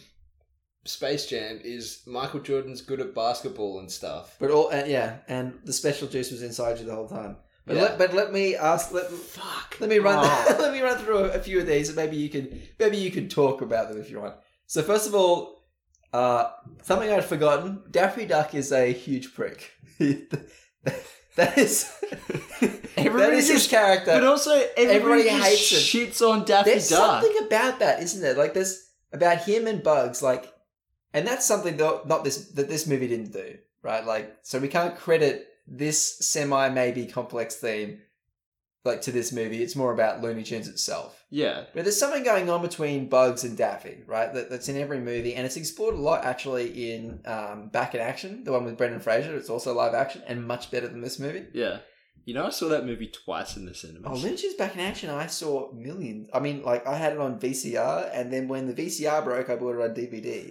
Speaker 2: Space Jam is Michael Jordan's good at basketball and stuff.
Speaker 1: But all, uh, yeah, and the special juice was inside you the whole time. But,
Speaker 2: Yeah.
Speaker 1: let, but let me ask, let,
Speaker 2: Fuck.
Speaker 1: Let me run.
Speaker 2: Oh.
Speaker 1: <laughs> let me run through a, a few of these, and maybe you can maybe you can talk about them if you want. So first of all, uh, something I'd forgotten: Daffy Duck is a huge prick. <laughs> that is <laughs> that
Speaker 2: Everybody
Speaker 1: is his
Speaker 2: just-
Speaker 1: character.
Speaker 2: but also, everybody,
Speaker 1: Everybody hates him.
Speaker 2: hates shits on Daffy
Speaker 1: there's
Speaker 2: Duck.
Speaker 1: something about that, isn't there? Like there's about him and Bugs, like, and that's something that not this that this movie didn't do, right? Like, so we can't credit this semi maybe complex theme like to this movie. It's more about Looney Tunes itself.
Speaker 2: Yeah,
Speaker 1: But there's something going on between Bugs and Daffy, right? That, that's in every movie, and it's explored a lot actually in um, Back in Action, the one with Brendan Fraser. It's also live action and much better than this movie.
Speaker 2: yeah. You know, I saw that movie twice in the cinema.
Speaker 1: Oh, Looney Tunes Back in Action! I saw millions. I mean, like I had it on VCR, and then when the VCR broke, I bought it on DVD.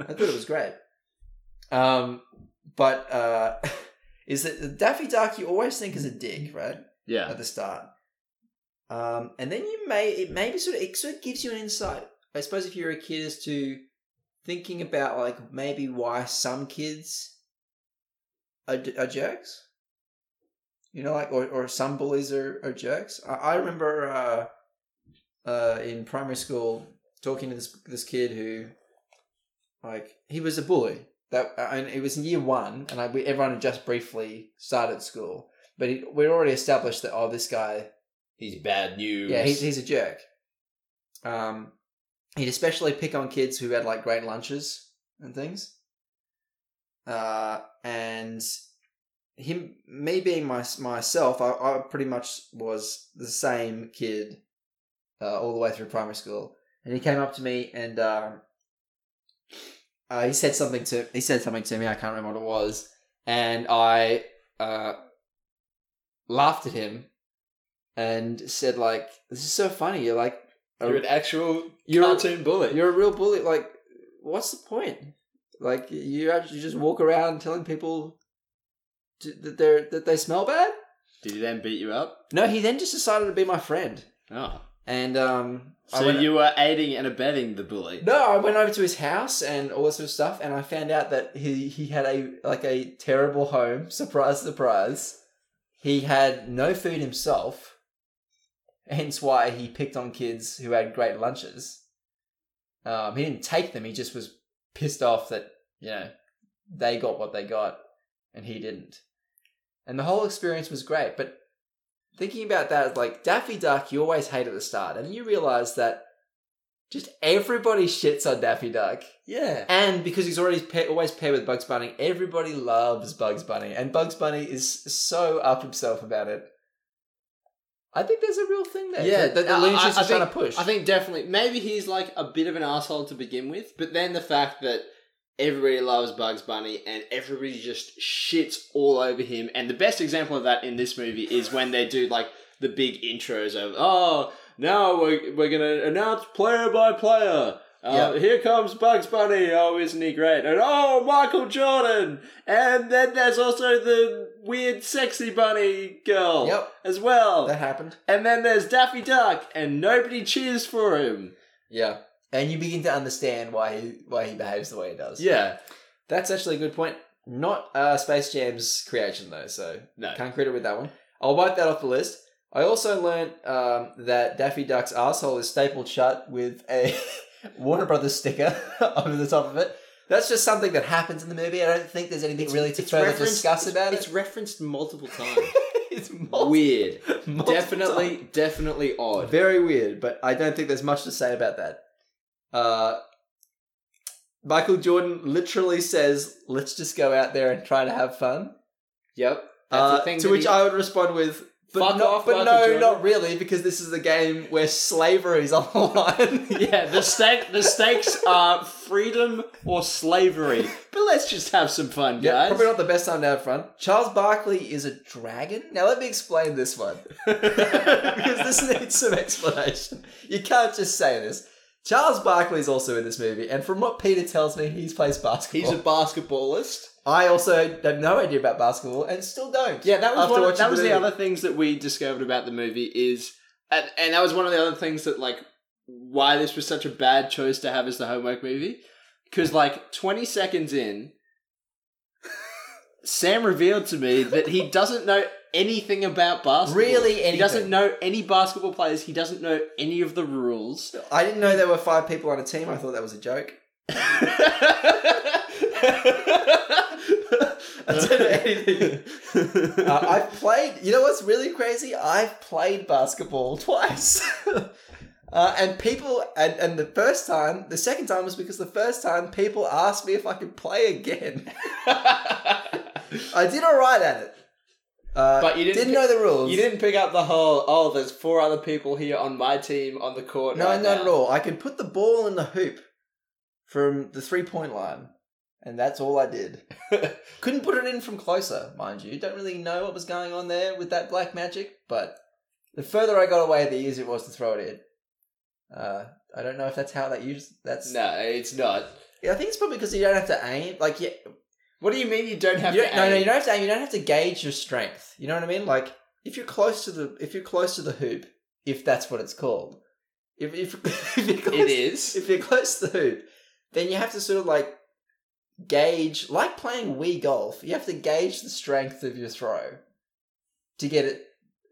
Speaker 1: I thought it was great. Um, but uh, <laughs> is that Daffy Duck? You always think is a dick, right?
Speaker 2: <laughs> yeah,
Speaker 1: at the start. Um, and then you may it maybe sort of it sort of gives you an insight. I suppose if you're a kid as to thinking about like maybe why some kids are, are jerks, you know, like or, or some bullies are, are jerks. I, I remember uh, uh, in primary school talking to this this kid who like he was a bully. That and it was in year one, and I, we, everyone had just briefly started school. But he, we'd already established that oh, this guy,
Speaker 2: he's bad news.
Speaker 1: yeah, he's he's a jerk. Um, he'd especially pick on kids who had like great lunches and things. Uh, and him, me being my, myself, I, I pretty much was the same kid uh, all the way through primary school. And he came up to me and um uh, he said something to he said something to me. I can't remember what it was, and I uh, laughed at him and said like, "This is so funny. You're like a-
Speaker 2: You're an actual
Speaker 1: you're a-
Speaker 2: cartoon
Speaker 1: <laughs>
Speaker 2: bully.
Speaker 1: you're a real bully. Like, what's the point? Like, you actually just walk around telling people to, that they are that they smell bad."
Speaker 2: Did he then beat you up?
Speaker 1: No, he then just decided to be my friend,
Speaker 2: Oh.
Speaker 1: and um, I
Speaker 2: So
Speaker 1: went-
Speaker 2: you were aiding and abetting the bully.
Speaker 1: No, I went over to his house and all this sort of stuff, and I found out that he he had a like a terrible home. <laughs> Surprise, surprise. He had no food himself, hence why he picked on kids who had great lunches. Um, he didn't take them; he just was pissed off that you know they got what they got, and he didn't. And the whole experience was great, but thinking about that, like Daffy Duck, you always hate at the start, and you realize that just everybody shits on Daffy Duck,
Speaker 2: Yeah.
Speaker 1: and because he's already pa- always paired with Bugs Bunny, everybody loves Bugs Bunny, and Bugs Bunny is so up himself about it. I think there's a real thing there.
Speaker 2: Yeah,
Speaker 1: that the
Speaker 2: I-
Speaker 1: Looney
Speaker 2: I-
Speaker 1: Tunes
Speaker 2: I
Speaker 1: are trying to push.
Speaker 2: I think definitely. Maybe he's like a bit of an asshole to begin with, but then the fact that everybody loves Bugs Bunny and everybody just shits all over him. And the best example of that in this movie is when they do like the big intros of, oh, now we're, we're going to announce player by player. Uh, Here comes Bugs Bunny. Oh, isn't he great? And oh, Michael Jordan. And then there's also the weird, sexy bunny girl
Speaker 1: Yep,
Speaker 2: as well.
Speaker 1: that happened.
Speaker 2: And then there's Daffy Duck, and nobody cheers for him.
Speaker 1: Yeah, and you begin to understand why he why he behaves the way he does.
Speaker 2: Yeah,
Speaker 1: that's actually a good point. Not uh, Space Jam's creation though, so
Speaker 2: no.
Speaker 1: Can't credit with that one. I'll wipe that off the list. I also learned um, that Daffy Duck's asshole is stapled shut with a <laughs> Warner Brothers sticker <laughs> over the top of it. That's just something that happens in the movie. I don't think there's anything really to further discuss about
Speaker 2: It's
Speaker 1: it.
Speaker 2: referenced multiple <laughs> times.
Speaker 1: <laughs> It's mul-
Speaker 2: Weird.
Speaker 1: multiple
Speaker 2: definitely,
Speaker 1: times.
Speaker 2: definitely odd.
Speaker 1: very weird, but I don't think there's much to say about that. Uh, Michael Jordan literally says, "Let's just go out there and try to have fun."
Speaker 2: Yep.
Speaker 1: Uh,
Speaker 2: That's the thing
Speaker 1: to
Speaker 2: that
Speaker 1: which
Speaker 2: he-
Speaker 1: I would respond with, but,
Speaker 2: Fuck
Speaker 1: no,
Speaker 2: off,
Speaker 1: but
Speaker 2: Michael
Speaker 1: no,
Speaker 2: Jordan.
Speaker 1: not really, because this is the game where <laughs> slavery's on the
Speaker 2: <laughs>
Speaker 1: line.
Speaker 2: <laughs> yeah, the stake, the stakes are freedom or slavery. But let's just have some fun,
Speaker 1: Yeah,
Speaker 2: guys.
Speaker 1: probably not the best time to have fun. Charles Barkley is a dragon. Now let me explain this
Speaker 2: <laughs>
Speaker 1: one because this needs some explanation. You can't just say this. Charles Barkley is also in this movie, and from what Peter tells me, he's plays
Speaker 2: He's
Speaker 1: basketball.
Speaker 2: a basketballist.
Speaker 1: I also have no idea about basketball, and still don't.
Speaker 2: Yeah, that was
Speaker 1: After
Speaker 2: one of,
Speaker 1: watching
Speaker 2: that was the
Speaker 1: movie.
Speaker 2: other things that we discovered about the movie is, and, and that was one of the other things that like why this was such a bad choice to have as the homework movie, because like twenty
Speaker 1: <laughs>
Speaker 2: seconds in, Sam revealed to me that he doesn't know anything about basketball.
Speaker 1: Really
Speaker 2: he
Speaker 1: anything.
Speaker 2: doesn't know any basketball players. He doesn't know any of the <laughs> rules.
Speaker 1: I didn't know there were five people on a team. I thought that was a joke.
Speaker 2: I
Speaker 1: don't know
Speaker 2: <laughs>
Speaker 1: anything. uh, I've played. You know what's really crazy? I've played basketball <laughs> twice. Uh, and people, and, and the first time, the second time was because the first time people asked me if I could play again. <laughs> I did all right at it, uh,
Speaker 2: But you didn't
Speaker 1: didn't
Speaker 2: pick-
Speaker 1: know the rules.
Speaker 2: You didn't pick up the whole. Oh, there's four other people here on my team on the court.
Speaker 1: No,
Speaker 2: right
Speaker 1: not
Speaker 2: now."
Speaker 1: at all. I could put the ball in the hoop from the three point line, and that's all I
Speaker 2: <laughs>
Speaker 1: did. Couldn't put it in from closer, mind you. Don't really know what was going on there with that black magic, but the further I got away, the easier it was to throw it in. Uh, I don't know if that's how that used. That's
Speaker 2: No, it's not.
Speaker 1: Yeah, I think it's probably because you don't have to aim. Like, yeah,
Speaker 2: What do you mean you don't have
Speaker 1: you
Speaker 2: to?
Speaker 1: don't, no,
Speaker 2: aim?
Speaker 1: no, you don't have to aim. You don't have to gauge your strength. You know what I mean? Like if you're close to the if you're close to the hoop, if that's what it's called, if if, if <laughs> you're close,
Speaker 2: It is.
Speaker 1: if you're <laughs> close to the hoop, then you have to sort of like gauge, like playing Wii golf. You have to gauge the strength of your throw to get it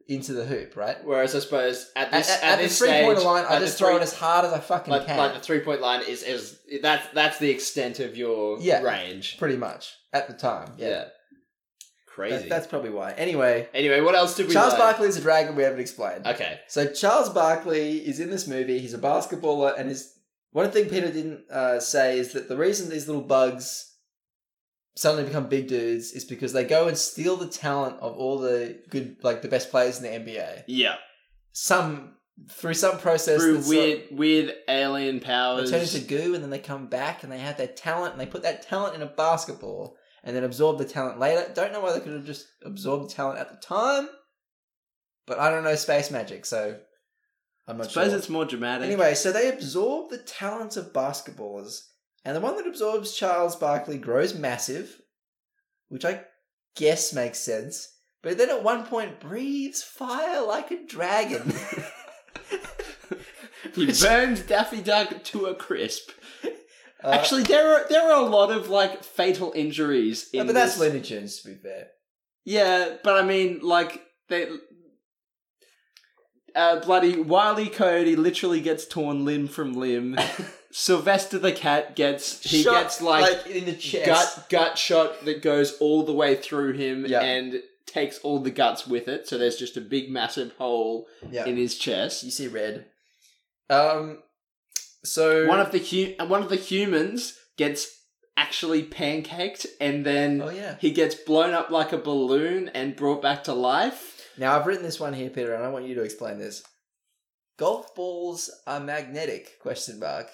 Speaker 1: into the hoop, right?
Speaker 2: Whereas I suppose at
Speaker 1: At,
Speaker 2: this
Speaker 1: at,
Speaker 2: at,
Speaker 1: at the
Speaker 2: this
Speaker 1: three
Speaker 2: stage,
Speaker 1: pointer line, I
Speaker 2: like the
Speaker 1: just throw
Speaker 2: three-
Speaker 1: it as hard as I fucking
Speaker 2: like,
Speaker 1: can,
Speaker 2: like the three point line is is that's that's the extent of your
Speaker 1: Yeah.
Speaker 2: range.
Speaker 1: pretty much at the time.
Speaker 2: Yeah,
Speaker 1: Yeah,
Speaker 2: crazy.
Speaker 1: That- that's probably why. Anyway,
Speaker 2: anyway, what else did we?
Speaker 1: Charles
Speaker 2: learn?
Speaker 1: Barkley is a dragon. We haven't explained.
Speaker 2: Okay.
Speaker 1: So Charles Barkley is in this movie. He's a basketballer, and his one thing Peter didn't uh, say is that the reason these little bugs suddenly become big dudes is because they go and steal the talent of all the good, like the best players in the NBA.
Speaker 2: Yeah.
Speaker 1: Some through some process
Speaker 2: through
Speaker 1: that's
Speaker 2: weird weird alien
Speaker 1: like,
Speaker 2: powers.
Speaker 1: they turn into goo, and then they come back and they have their talent, and they put that talent in a basketball, and then absorb the talent later. Don't know why they could have just absorbed the talent at the time, but I don't know space magic, so I'm
Speaker 2: I
Speaker 1: not
Speaker 2: suppose
Speaker 1: sure.
Speaker 2: it's more dramatic.
Speaker 1: Anyway, so they absorb the talents of basketballers, and the one that absorbs Charles Barkley grows massive, which I guess makes sense. But then at one point breathes fire like a
Speaker 2: <laughs>
Speaker 1: dragon. <laughs>
Speaker 2: he
Speaker 1: Which-
Speaker 2: burns Daffy Duck to a crisp.
Speaker 1: Uh,
Speaker 2: Actually, there are there are a lot of like fatal injuries in.
Speaker 1: but that's
Speaker 2: this.
Speaker 1: Looney Tunes to be fair.
Speaker 2: yeah, but I mean, like they. Uh, bloody Wiley Coyote literally gets torn limb
Speaker 1: <laughs>
Speaker 2: from limb. Sylvester the cat gets he
Speaker 1: Shot,
Speaker 2: gets like,
Speaker 1: in the chest.
Speaker 2: gut gut shot that goes all the way through him
Speaker 1: Yeah.
Speaker 2: and takes all the guts with it. So there's just a big massive hole
Speaker 1: yeah,
Speaker 2: in his chest.
Speaker 1: you see red. Um, so
Speaker 2: One of the hu- one of the humans gets actually pancaked and then
Speaker 1: oh yeah.
Speaker 2: he gets blown up like a balloon and brought back to life.
Speaker 1: Now I've written this one here, Peter, and I want you to explain this. Golf balls are magnetic? Question mark.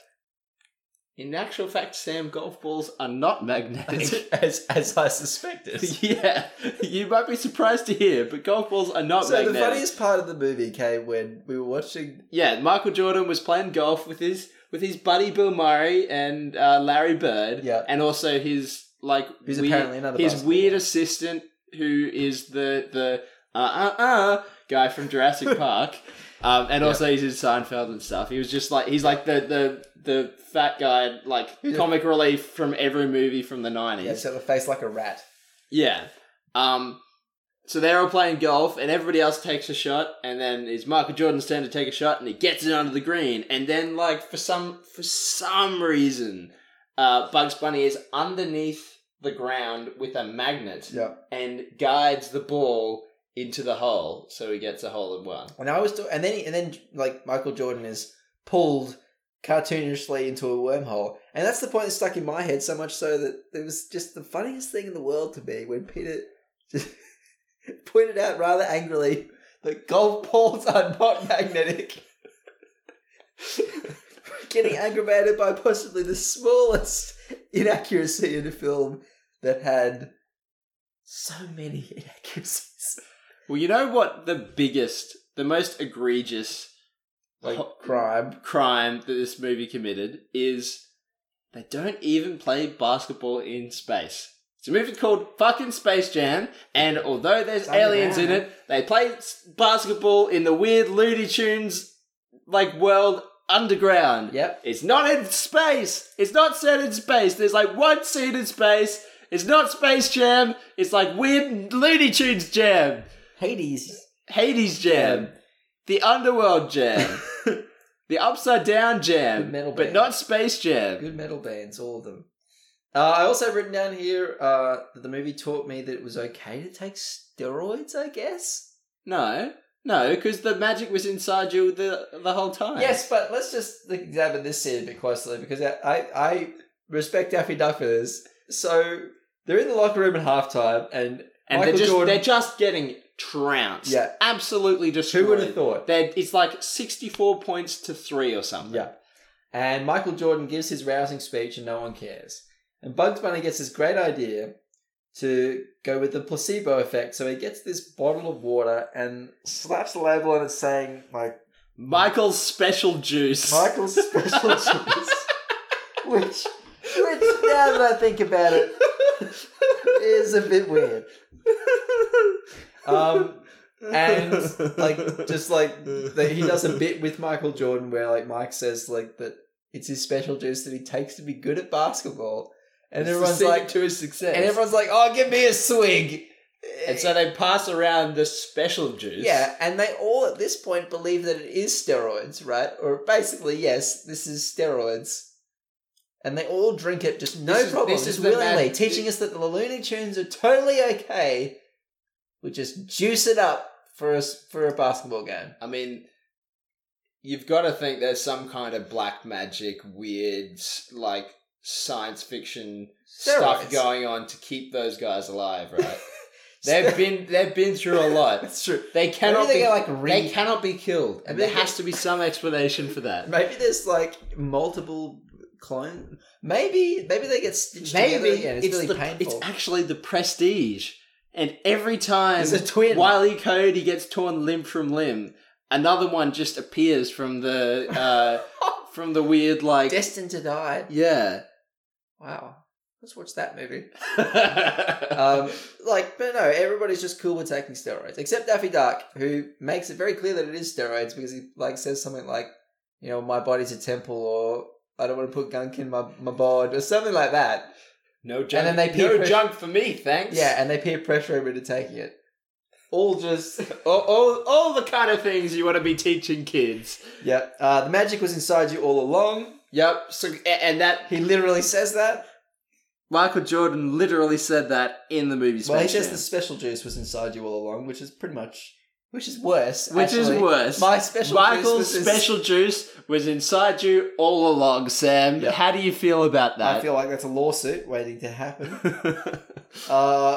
Speaker 2: In actual fact, Sam, golf balls are not
Speaker 1: As,
Speaker 2: magnetic.
Speaker 1: <laughs> as, as I suspected.
Speaker 2: yeah, you might be surprised to hear, but golf balls are not
Speaker 1: so
Speaker 2: magnetic.
Speaker 1: the funniest part of the movie came when we were watching.
Speaker 2: Yeah, Michael Jordan was playing golf with his with his buddy Bill Murray and uh, Larry Bird.
Speaker 1: Yeah.
Speaker 2: and also his like
Speaker 1: Who's
Speaker 2: weird-
Speaker 1: apparently another
Speaker 2: his
Speaker 1: basketball
Speaker 2: weird
Speaker 1: player.
Speaker 2: assistant who is the the uh uh uh guy
Speaker 1: <laughs>
Speaker 2: from Jurassic Park. Um, and
Speaker 1: Yeah.
Speaker 2: also he's in Seinfeld and stuff. He was just like he's like the the the fat guy like
Speaker 1: He's a-
Speaker 2: comic relief from every movie from the nineties.
Speaker 1: Yeah, he's got a face like a rat.
Speaker 2: Yeah. Um, so they're all playing golf, and everybody else takes a shot, and then it's Michael Jordan's turn to take a shot, and he gets it under the green, and then like for some for some reason, uh, Bugs Bunny is underneath the ground with a magnet
Speaker 1: Yeah.
Speaker 2: and guides the ball into the hole, so he gets a hole in one.
Speaker 1: And I was, do- and then he, and then like Michael Jordan is pulled cartoonishly into a wormhole, and that's the point that stuck in my head so much so that it was just the funniest thing in the world to me when Peter just <laughs> pointed out rather angrily that golf balls are not magnetic. <laughs> Getting aggravated by possibly the smallest inaccuracy in a film that had so many inaccuracies,
Speaker 2: Well, you know what the biggest, the most egregious
Speaker 1: like
Speaker 2: ho-
Speaker 1: crime.
Speaker 2: crime that this movie committed is they don't even play basketball in space. It's a movie called fucking Space Jam, and although there's
Speaker 1: It's
Speaker 2: aliens in
Speaker 1: underground.
Speaker 2: it, they play s- basketball in the weird Looney Tunes like world underground.
Speaker 1: Yep.
Speaker 2: It's not in space. It's not set in space. There's like one scene in space. It's not Space Jam. It's like weird Looney Tunes jam,
Speaker 1: Hades.
Speaker 2: Hades jam, the Underworld jam.
Speaker 1: <laughs>
Speaker 2: The upside down jam,
Speaker 1: Good metal
Speaker 2: but
Speaker 1: band.
Speaker 2: not space jam.
Speaker 1: Good metal bands, all of them. Uh, I also have written down here uh, that the movie taught me that it was okay to take steroids, I guess.
Speaker 2: No, no, because the magic was inside you the the whole time.
Speaker 1: Yes, but let's just like, examine this scene a bit closely because I, I, I respect Daffy Duck for this. So they're in the locker room at halftime, and
Speaker 2: and
Speaker 1: Michael
Speaker 2: they're just
Speaker 1: Jordan-
Speaker 2: they're just getting trounced.
Speaker 1: Yeah.
Speaker 2: absolutely destroyed.
Speaker 1: who would have thought?
Speaker 2: They're, it's like sixty four points to three or something.
Speaker 1: Yeah. And Michael Jordan gives his rousing speech and no one cares. And Bugs Bunny gets this great idea to go with the placebo effect. So he gets this bottle of water and slaps the label on it saying, like,
Speaker 2: Michael's special juice.
Speaker 1: Michael's
Speaker 2: <laughs>
Speaker 1: special juice. which, which, now that I think about it, is a bit weird. Um, and like just like that he does a bit with Michael Jordan where like Mike says like that it's his special juice that he takes to be good at basketball, and
Speaker 2: It's the
Speaker 1: everyone's
Speaker 2: secret
Speaker 1: like,
Speaker 2: to his success.
Speaker 1: and everyone's like, oh, give me a swig.
Speaker 2: and so they pass around the special juice.
Speaker 1: yeah, and they all at this point believe that it is steroids, right? Or basically, yes, this is steroids. And they all drink it, just no
Speaker 2: This is-
Speaker 1: problem,
Speaker 2: this
Speaker 1: just
Speaker 2: is the
Speaker 1: willingly,
Speaker 2: mad-
Speaker 1: teaching us that the Looney Tunes are totally okay. We just juice it up for us for a basketball game.
Speaker 2: I mean, you've got to think there's some kind of black magic, weird, s- like science fiction stuff
Speaker 1: Steroids. <laughs>
Speaker 2: going on to keep those guys alive, right? They've been they've been through a lot.
Speaker 1: That's true.
Speaker 2: They cannot
Speaker 1: Maybe they
Speaker 2: be
Speaker 1: get, like, re-
Speaker 2: they cannot be killed, and
Speaker 1: Maybe
Speaker 2: there
Speaker 1: they-
Speaker 2: has to be some explanation for that.
Speaker 1: Maybe there's like multiple clone. Maybe maybe they get stitched
Speaker 2: Maybe
Speaker 1: together again. It's, really
Speaker 2: the-
Speaker 1: painful.
Speaker 2: It's actually the prestige, and every time
Speaker 1: It's a twin.
Speaker 2: Wiley Coyote gets torn limb from limb, another one just appears from the
Speaker 1: <laughs>
Speaker 2: uh, from the weird like
Speaker 1: Destined to die. <laughs>
Speaker 2: yeah.
Speaker 1: Wow. Let's watch that
Speaker 2: <laughs>
Speaker 1: movie.
Speaker 2: Uh,
Speaker 1: Um, like, but no, everybody's just cool with taking steroids, except Daffy Duck, who makes it very clear that it is steroids because he like says something like, you know, my body's a temple, or I don't want to put gunk in my my bod, or something like that.
Speaker 2: no junk.
Speaker 1: then they peer
Speaker 2: no
Speaker 1: press-
Speaker 2: junk for me, thanks.
Speaker 1: Yeah, and they peer pressure him into taking it. All just
Speaker 2: <laughs> all, all all the kind of things you want to be teaching kids.
Speaker 1: yeah. Uh, the magic was inside you all along.
Speaker 2: Yep. So a- and that
Speaker 1: He literally says that.
Speaker 2: Michael Jordan literally said that in the movie Space
Speaker 1: well, he says
Speaker 2: Jam.
Speaker 1: the special juice was inside you all along, which is pretty much, which is worse.
Speaker 2: which
Speaker 1: actually.
Speaker 2: is worse.
Speaker 1: My special
Speaker 2: Michael's
Speaker 1: juice was
Speaker 2: special juice was inside you all along, Sam.
Speaker 1: Yeah.
Speaker 2: How do you feel about that?
Speaker 1: I feel like that's a lawsuit waiting to happen.
Speaker 2: feel
Speaker 1: Uh,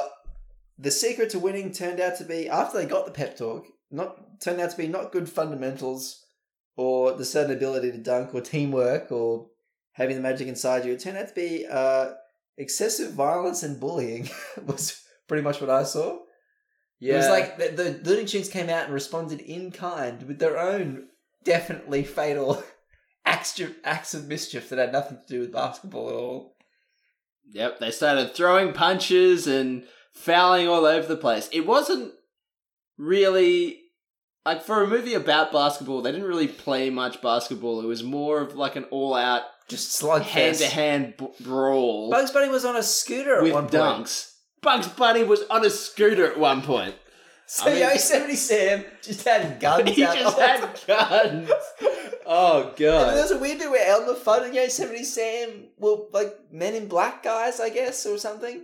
Speaker 1: the secret to winning turned out to be after they got the pep talk, not turned out to be not good fundamentals or the certain ability to dunk or teamwork or having the magic inside you. It turned out to be uh, excessive violence and bullying <laughs> was pretty much what I saw. It was like the, the Looney Tunes came out and responded in kind with their own definitely fatal <laughs> acts, of- acts of mischief that had nothing to do with basketball at all.
Speaker 2: Yep, they started throwing punches and fouling all over the place. It wasn't really like for a movie about basketball, they didn't really play much basketball. It was more of like an all out
Speaker 1: Just slugfest.
Speaker 2: hand to hand brawl
Speaker 1: Bugs Bunny was on a scooter at
Speaker 2: with
Speaker 1: one point.
Speaker 2: dunks. Bugs Bunny was on a scooter at one point.
Speaker 1: <laughs>
Speaker 2: <laughs>
Speaker 1: So
Speaker 2: I mean-
Speaker 1: Yosemite Sam just had guns
Speaker 2: <laughs> he
Speaker 1: out. all
Speaker 2: just
Speaker 1: the <laughs>
Speaker 2: had
Speaker 1: time.
Speaker 2: guns.
Speaker 1: <laughs>
Speaker 2: Oh
Speaker 1: And then
Speaker 2: god.
Speaker 1: there's a weird bit where Elmer Fudd and Yosemite Sam were like men in black guys, I guess, or something.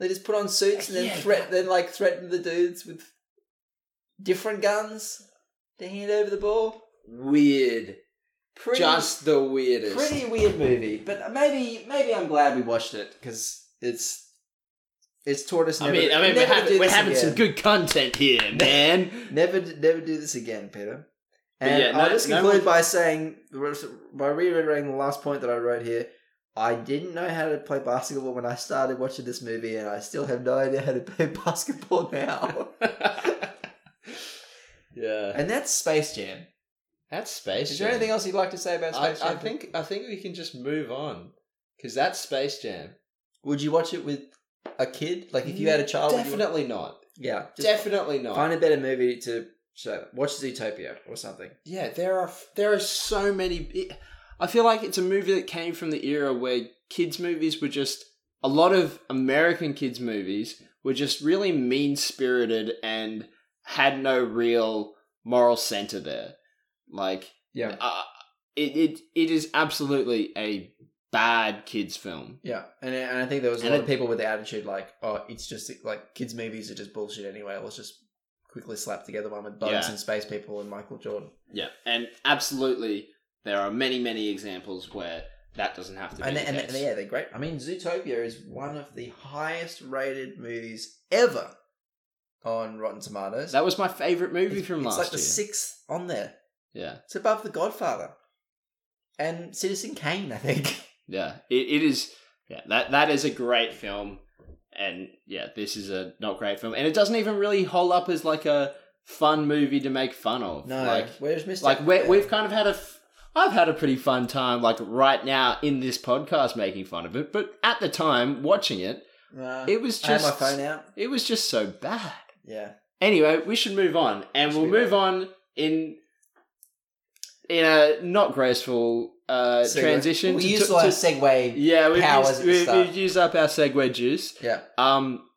Speaker 1: They just put on suits and then
Speaker 2: Yeah.
Speaker 1: threat, then like threaten the dudes with different guns to hand over the ball.
Speaker 2: Weird.
Speaker 1: Pretty,
Speaker 2: just the weirdest.
Speaker 1: pretty weird movie, but maybe maybe I'm glad we watched it because it's it's taught us.
Speaker 2: I
Speaker 1: Never,
Speaker 2: mean, I mean, we're,
Speaker 1: never to
Speaker 2: having,
Speaker 1: do
Speaker 2: we're
Speaker 1: this
Speaker 2: having some
Speaker 1: again.
Speaker 2: good
Speaker 1: <laughs>
Speaker 2: content here, man.
Speaker 1: Never, d- never do this again, Peter.
Speaker 2: But
Speaker 1: And
Speaker 2: yeah, no-
Speaker 1: I'll just
Speaker 2: no
Speaker 1: conclude
Speaker 2: one-
Speaker 1: by saying, by reiterating the last point that I wrote here. I didn't know how to play basketball when I started watching this movie, and I still have no idea how to <laughs> play basketball <laughs> now.
Speaker 2: yeah,
Speaker 1: and that's Space Jam.
Speaker 2: that's Space
Speaker 1: Is there anything else you'd like to say about Space Jam?
Speaker 2: I, I think I think we can just move on because that's Space Jam.
Speaker 1: Would you watch it with a kid? Like if you had a child? would you-
Speaker 2: definitely not.
Speaker 1: Yeah. Oh, Just
Speaker 2: Definitely not.
Speaker 1: Find a better movie to show. them. Watch Zootopia or something.
Speaker 2: yeah, there are there are so many. I feel like it's a movie that came from the era where kids movies were just a lot of American kids movies were just really mean spirited and had no real moral center there. Like
Speaker 1: Yeah.
Speaker 2: uh, it, it it is absolutely a bad kids film.
Speaker 1: Yeah, and and I think there was a
Speaker 2: And
Speaker 1: lot
Speaker 2: it-
Speaker 1: of people with the attitude like, oh, it's just like kids' movies are just bullshit anyway. Let's just quickly slap together one with bugs
Speaker 2: Yeah.
Speaker 1: and space people and Michael Jordan.
Speaker 2: Yeah, and absolutely there are many many examples where that doesn't have to be
Speaker 1: And,
Speaker 2: the
Speaker 1: and,
Speaker 2: case.
Speaker 1: and yeah, they're great. I mean, Zootopia is one of the highest rated movies ever on Rotten Tomatoes.
Speaker 2: That was my favorite movie
Speaker 1: It's-
Speaker 2: from
Speaker 1: it's
Speaker 2: last
Speaker 1: like the
Speaker 2: year.
Speaker 1: sixth on there.
Speaker 2: yeah,
Speaker 1: It's above The Godfather and Citizen Kane, I think. <laughs>
Speaker 2: yeah. It, it is. Yeah, that that is a great film, and yeah, this is a not great film, and it doesn't even really hold up as like a fun movie to make fun of.
Speaker 1: No,
Speaker 2: like
Speaker 1: where's Mr.
Speaker 2: like we we've kind of had a. F- I've had a pretty fun time, like right now in this podcast, making fun of it. But at the time, watching it,
Speaker 1: Uh,
Speaker 2: it was
Speaker 1: I had my
Speaker 2: just
Speaker 1: phone out.
Speaker 2: it was just so bad.
Speaker 1: Yeah.
Speaker 2: Anyway, we should move on, and
Speaker 1: Should
Speaker 2: we'll
Speaker 1: we
Speaker 2: move
Speaker 1: go?
Speaker 2: on in in a not graceful uh,
Speaker 1: Segue.
Speaker 2: transition.
Speaker 1: We
Speaker 2: to-
Speaker 1: used
Speaker 2: to-
Speaker 1: to, our
Speaker 2: to-
Speaker 1: segue.
Speaker 2: yeah, we've
Speaker 1: powers
Speaker 2: used,
Speaker 1: at the
Speaker 2: we,
Speaker 1: start.
Speaker 2: we've used up our segue juice.
Speaker 1: Yeah.
Speaker 2: Um,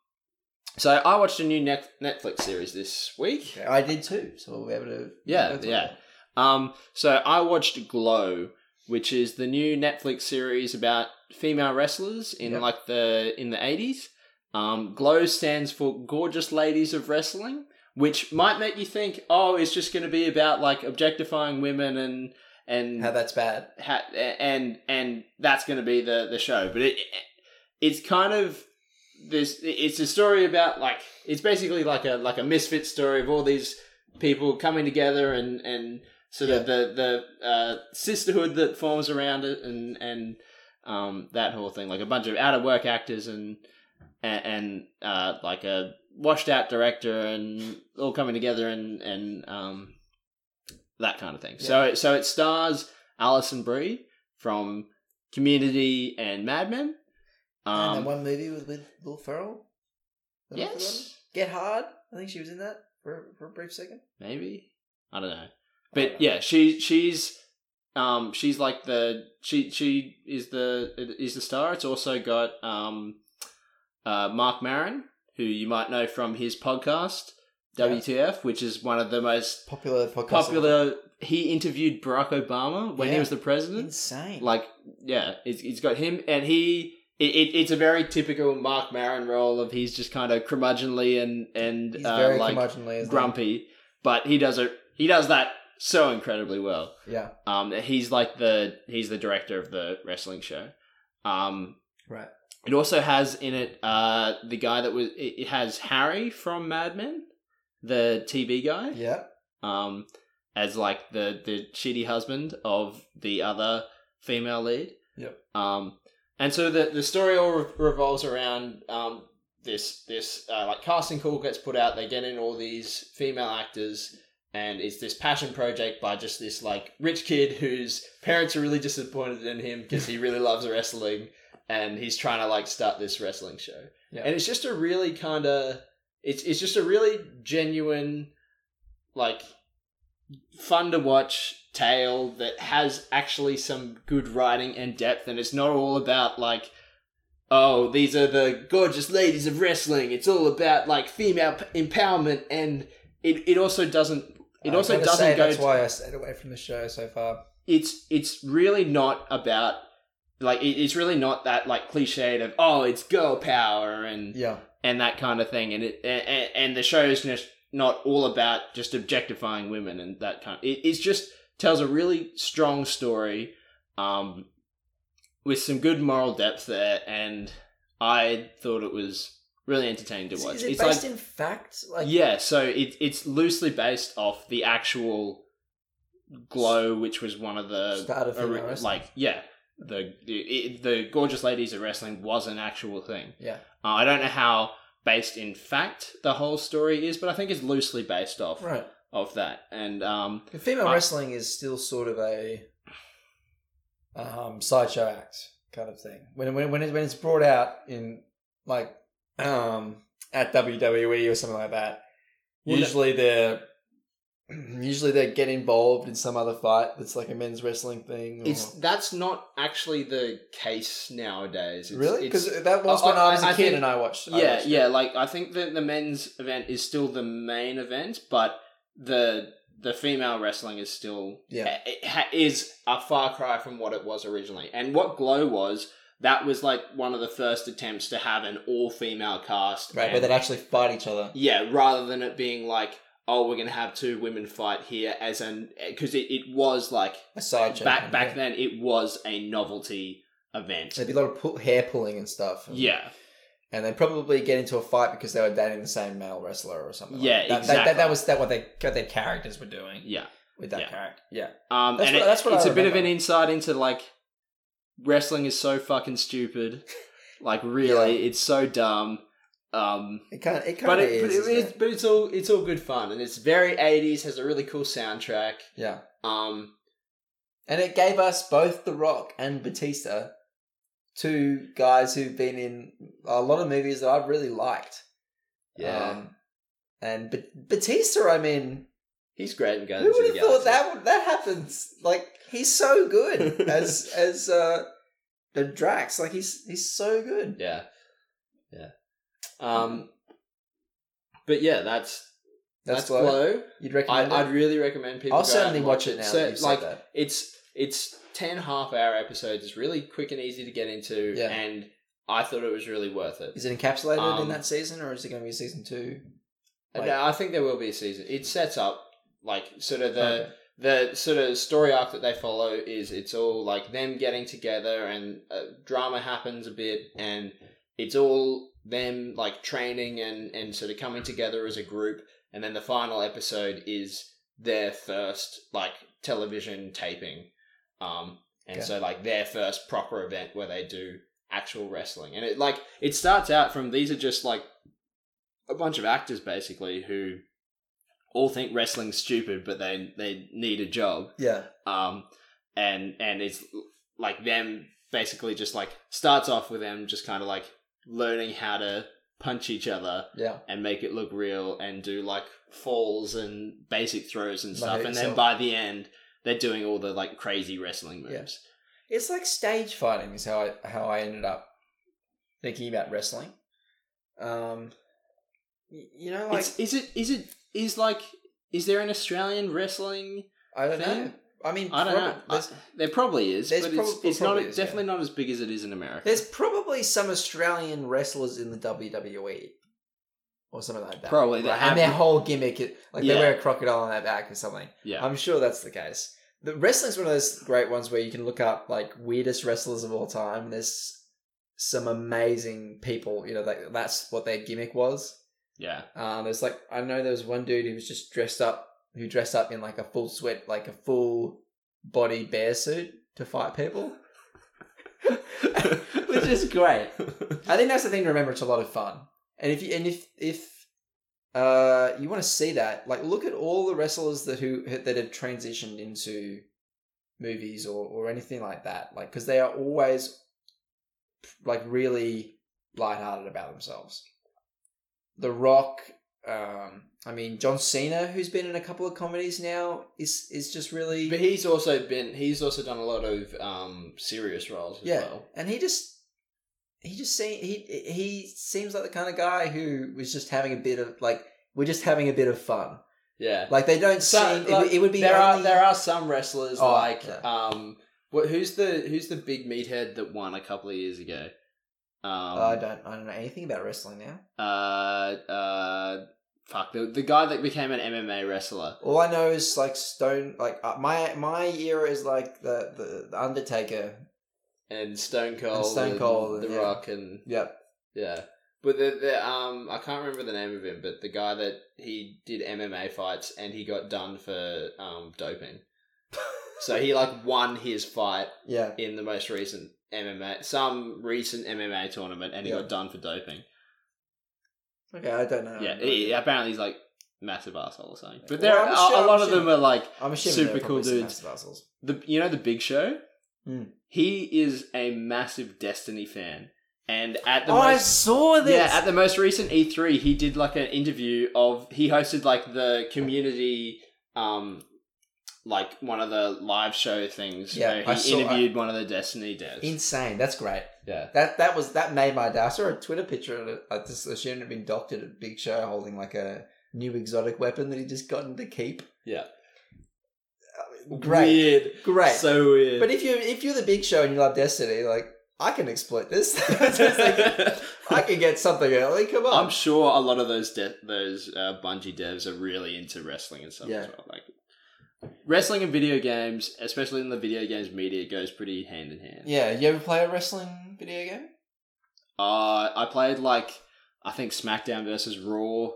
Speaker 2: so I watched a new Net- Netflix series this week.
Speaker 1: Okay, I did too, so we'll be able to.
Speaker 2: Yeah,
Speaker 1: That's
Speaker 2: yeah.
Speaker 1: all.
Speaker 2: Um, so I watched Glow, which is the new Netflix series about female wrestlers in
Speaker 1: Yep.
Speaker 2: like the in the eighties. Um, Glow stands for Gorgeous Ladies of Wrestling, which might make you think, oh, it's just going to be about like objectifying women and and
Speaker 1: How that's bad.
Speaker 2: ha- and and that's going to be the the show. But it it's kind of this it's a story about like it's basically like a like a misfit story of all these people coming together and and so that the the uh, sisterhood that forms around it and and um, that whole thing like a bunch of out of work actors and and, and uh, like a washed out director and all coming together and and um, that kind of thing. So so it stars Alison Brie from Community and Mad Men.
Speaker 1: and
Speaker 2: Um,
Speaker 1: then one movie was with Will Ferrell. Have I forgotten?
Speaker 2: yes,
Speaker 1: Get Hard. I think she was in that for, for a brief second.
Speaker 2: maybe I don't know.
Speaker 1: I don't
Speaker 2: but
Speaker 1: know.
Speaker 2: yeah she she's um she's like the she she is the is the star it's also got um uh mark maron who you might know from his podcast
Speaker 1: Yeah.
Speaker 2: wtf which is one of the most
Speaker 1: popular podcast.
Speaker 2: popular he interviewed barack obama when he
Speaker 1: Yeah.
Speaker 2: was the president
Speaker 1: Insane.
Speaker 2: like yeah it's, it's got him and he it, it, it's a very typical mark maron role of he's just kind of curmudgeonly and and
Speaker 1: he's
Speaker 2: uh,
Speaker 1: very
Speaker 2: like
Speaker 1: curmudgeonly, isn't he?
Speaker 2: grumpy, but he does it. He does that so incredibly well.
Speaker 1: Yeah.
Speaker 2: Um, he's like the he's the director of the wrestling show. Um,
Speaker 1: Right.
Speaker 2: it also has in it uh the guy that was it, it has Harry from Mad Men, the TV guy.
Speaker 1: Yeah.
Speaker 2: Um, as like the the shitty husband of the other female lead.
Speaker 1: Yep.
Speaker 2: Um, and so the the story all re- revolves around um this this uh, like casting call gets put out. They get in all these female actors, and it's this passion project by just this like rich kid whose parents are really disappointed in him because he really loves wrestling, and he's trying to like start this wrestling show.
Speaker 1: Yeah.
Speaker 2: And it's just a really kind of it's it's just a really genuine like fun to watch tale that has actually some good writing and depth and it's not all about like oh these are the gorgeous ladies of wrestling it's all about like female p- empowerment and it, it also doesn't it
Speaker 1: I'm
Speaker 2: also
Speaker 1: gonna
Speaker 2: doesn't
Speaker 1: say
Speaker 2: go
Speaker 1: That's
Speaker 2: to-
Speaker 1: why I stayed away from the show so far.
Speaker 2: it's it's really not about like it, it's really not that like cliched of oh it's girl power and
Speaker 1: Yeah.
Speaker 2: and that kind of thing. And it and, and the show is just not all about just objectifying women and that kind. It it's just tells a really strong story, um, with some good moral depth there, and I thought it was really entertaining to
Speaker 1: Is,
Speaker 2: watch.
Speaker 1: is it
Speaker 2: it's
Speaker 1: based
Speaker 2: like
Speaker 1: in fact? Like
Speaker 2: yeah, so it it's loosely based off the actual glow, which was one of the
Speaker 1: Start of female
Speaker 2: ori-
Speaker 1: wrestling.
Speaker 2: like yeah. The, the it- the gorgeous ladies of wrestling was an actual thing.
Speaker 1: Yeah.
Speaker 2: Uh, I don't know how based in fact the whole story is, but I think it's loosely based off
Speaker 1: Right.
Speaker 2: of that. And um,
Speaker 1: But Female
Speaker 2: I-
Speaker 1: wrestling is still sort of a um, sideshow act kind of thing. When when when, it, when it's brought out in like um, at WWE or something like that,
Speaker 2: Well, no-
Speaker 1: usually they're <clears throat> usually they get involved in some other fight that's like a men's wrestling thing. Or,
Speaker 2: it's that's not actually the case nowadays. It's,
Speaker 1: really
Speaker 2: it's-
Speaker 1: because that was when
Speaker 2: I-
Speaker 1: I, was a
Speaker 2: I- I
Speaker 1: kid
Speaker 2: think-
Speaker 1: and I watched. I
Speaker 2: yeah,
Speaker 1: watched it.
Speaker 2: yeah. Like I think that the men's event is still the main event, but the the female wrestling is still
Speaker 1: Yeah.
Speaker 2: it ha- is a far cry from what it was originally. And what Glow was, that was like one of the first attempts to have an all female cast.
Speaker 1: Right, where
Speaker 2: and-
Speaker 1: they'd actually fight each other.
Speaker 2: Yeah, rather than it being like, oh, we're gonna have two women fight here, as an because it, it was like
Speaker 1: A sideshow.
Speaker 2: back back then it was a novelty event.
Speaker 1: There'd be a lot of pull, hair pulling and stuff. and-
Speaker 2: Yeah,
Speaker 1: and they probably get into a fight because they were dating the same male wrestler or something.
Speaker 2: Yeah,
Speaker 1: like that. That- that,
Speaker 2: exactly.
Speaker 1: that, was that what they what their characters were doing
Speaker 2: yeah.
Speaker 1: with that
Speaker 2: Yeah.
Speaker 1: character. Yeah,
Speaker 2: Um,
Speaker 1: That's
Speaker 2: and
Speaker 1: what-
Speaker 2: it-
Speaker 1: that's what I
Speaker 2: it's a bit of an
Speaker 1: remember.
Speaker 2: insight into like wrestling is so fucking
Speaker 1: <laughs>
Speaker 2: stupid. like really, it's so dumb. Um,
Speaker 1: it kind of it kind
Speaker 2: but
Speaker 1: of
Speaker 2: it, but,
Speaker 1: is.
Speaker 2: it,
Speaker 1: isn't
Speaker 2: it's,
Speaker 1: it?
Speaker 2: but it's all it's all good fun, and it's very eighties. Has a really cool soundtrack.
Speaker 1: Yeah,
Speaker 2: Um,
Speaker 1: and it gave us both The Rock and Batista, two guys who've been in a lot of movies that I've really liked.
Speaker 2: uh,
Speaker 1: Um, and but Batista, I mean,
Speaker 2: he's great and goes.
Speaker 1: who would have thought that would, that happens? Like he's so good
Speaker 2: <laughs>
Speaker 1: as as uh, the Drax. Like he's he's so good.
Speaker 2: Yeah, yeah. Um, but yeah, that's
Speaker 1: That's,
Speaker 2: that's, glow.
Speaker 1: why you'd recommend.
Speaker 2: I,
Speaker 1: it?
Speaker 2: I'd really recommend people.
Speaker 1: I'll
Speaker 2: go out
Speaker 1: certainly
Speaker 2: and
Speaker 1: watch it now.
Speaker 2: So,
Speaker 1: that you've said
Speaker 2: like
Speaker 1: that.
Speaker 2: it's it's 10 half hour episodes it's really quick and easy to get into
Speaker 1: Yeah.
Speaker 2: and i thought it was really worth it
Speaker 1: Is it encapsulated in
Speaker 2: um,
Speaker 1: that season, or is it going to be season two?
Speaker 2: And
Speaker 1: like-
Speaker 2: i think there will be a season it sets up like sort of the
Speaker 1: Okay.
Speaker 2: the sort of story arc that they follow is it's all like them getting together and uh, drama happens a bit and it's all them like training and and sort of coming together as a group, and then the final episode is their first like television taping, um, and
Speaker 1: Okay.
Speaker 2: so like their first proper event where they do actual wrestling, and it like it starts out from these are just like a bunch of actors basically who all think wrestling's stupid, but they they need a job,
Speaker 1: Yeah.
Speaker 2: um, and and it's like them basically just like starts off with them just kind of like learning how to punch each other
Speaker 1: Yeah.
Speaker 2: and make it look real and do like falls and basic throws and
Speaker 1: Like
Speaker 2: stuff, and then
Speaker 1: itself.
Speaker 2: by the end they're doing all the like crazy wrestling
Speaker 1: Yeah.
Speaker 2: moves.
Speaker 1: It's like stage fighting is how I how I ended up thinking about wrestling. Um y- you know like
Speaker 2: It's, is it is it is like is there an Australian wrestling?
Speaker 1: I don't
Speaker 2: thing?
Speaker 1: know. I mean
Speaker 2: I don't
Speaker 1: prob-
Speaker 2: know.
Speaker 1: There's,
Speaker 2: I- there probably is,
Speaker 1: There's
Speaker 2: but it's,
Speaker 1: probably-
Speaker 2: it's not
Speaker 1: probably is,
Speaker 2: definitely not as big as it is in America.
Speaker 1: there's probably some Australian wrestlers in the WWE or something like that.
Speaker 2: Probably, they
Speaker 1: Right,
Speaker 2: have-
Speaker 1: and their whole gimmick is, like
Speaker 2: Yeah.
Speaker 1: they wear a crocodile on their back or something.
Speaker 2: yeah,
Speaker 1: <laughs> I'm sure that's the case. The wrestling's one of those great ones where you can look up like weirdest wrestlers of all time. There's some amazing people, you know, that that's what their gimmick was.
Speaker 2: yeah,
Speaker 1: Um, there's like I know there was one dude who was just dressed up, who dressed up in like a full sweat, like a full body bear suit to fight people, which is great.
Speaker 2: <laughs>
Speaker 1: I think that's the thing to remember. It's a lot of fun, and if you and if if uh, you want to see that, like look at all the wrestlers that who that have transitioned into movies or or anything like that, like because they are always like really lighthearted about themselves. The Rock, um, I mean John Cena, who's been in a couple of comedies now, is is just really
Speaker 2: But he's also been he's also done a lot of um serious roles as
Speaker 1: Yeah.
Speaker 2: well.
Speaker 1: and he just he just seem, he he seems like the kind of guy who was just having a bit of like we're just having a bit of fun.
Speaker 2: Yeah.
Speaker 1: Like they don't
Speaker 2: So,
Speaker 1: seem it
Speaker 2: like,
Speaker 1: would- it, would be
Speaker 2: there
Speaker 1: only,
Speaker 2: are there are some wrestlers
Speaker 1: Oh,
Speaker 2: like
Speaker 1: yeah.
Speaker 2: um what who's the who's the big meathead that won a couple of years ago? Um
Speaker 1: I don't I don't know anything about wrestling now.
Speaker 2: uh uh fuck the the guy that became an MMA wrestler.
Speaker 1: All I know is like Stone like uh, my my era is like the the, the Undertaker.
Speaker 2: And Stone Cold,
Speaker 1: Stone Cold,
Speaker 2: The
Speaker 1: yeah.
Speaker 2: Rock, and
Speaker 1: Yep. <laughs>
Speaker 2: yeah, but the, the um, I can't remember the name of him, but the guy that he did MMA fights and he got done for um doping, so he like won his fight
Speaker 1: Yeah.
Speaker 2: in the most recent MMA, some recent MMA tournament, and he
Speaker 1: Yeah.
Speaker 2: got done for doping.
Speaker 1: Okay, I don't know.
Speaker 2: yeah, he- apparently he's like massive asshole or something. But
Speaker 1: Well,
Speaker 2: there
Speaker 1: I'm
Speaker 2: are
Speaker 1: sure-
Speaker 2: a lot
Speaker 1: I'm
Speaker 2: of them
Speaker 1: sure.
Speaker 2: are like
Speaker 1: I'm assuming
Speaker 2: Super
Speaker 1: they're probably
Speaker 2: cool
Speaker 1: some
Speaker 2: dudes.
Speaker 1: massive assholes.
Speaker 2: the you know the Big Show.
Speaker 1: Hmm.
Speaker 2: He is a massive Destiny fan, and at the
Speaker 1: oh, I
Speaker 2: most.
Speaker 1: saw this.
Speaker 2: Yeah, at the most recent E3, he did like an interview of he hosted like the community, um, like one of the live show things.
Speaker 1: Yeah,
Speaker 2: where he
Speaker 1: I saw-
Speaker 2: interviewed one of the Destiny devs.
Speaker 1: Insane. That's great.
Speaker 2: yeah,
Speaker 1: That that was that made my day. I saw a Twitter picture of it. I just assumed it'd been doctored at Big Show holding like a new exotic weapon that he just gotten to keep. Uh,
Speaker 2: yeah,
Speaker 1: Great,
Speaker 2: weird,
Speaker 1: great.
Speaker 2: so weird.
Speaker 1: but if you if you're the Big Show and you love Destiny, like I can exploit this. <laughs> It's like, I can get something early. Come on.
Speaker 2: I'm sure a lot of those de- those uh, Bungie devs are really into wrestling and stuff
Speaker 1: Yeah.
Speaker 2: as well. Like wrestling and video games, especially in the video games media, goes pretty hand in hand.
Speaker 1: yeah, you ever play a wrestling video game?
Speaker 2: Uh, I played like I think SmackDown versus Raw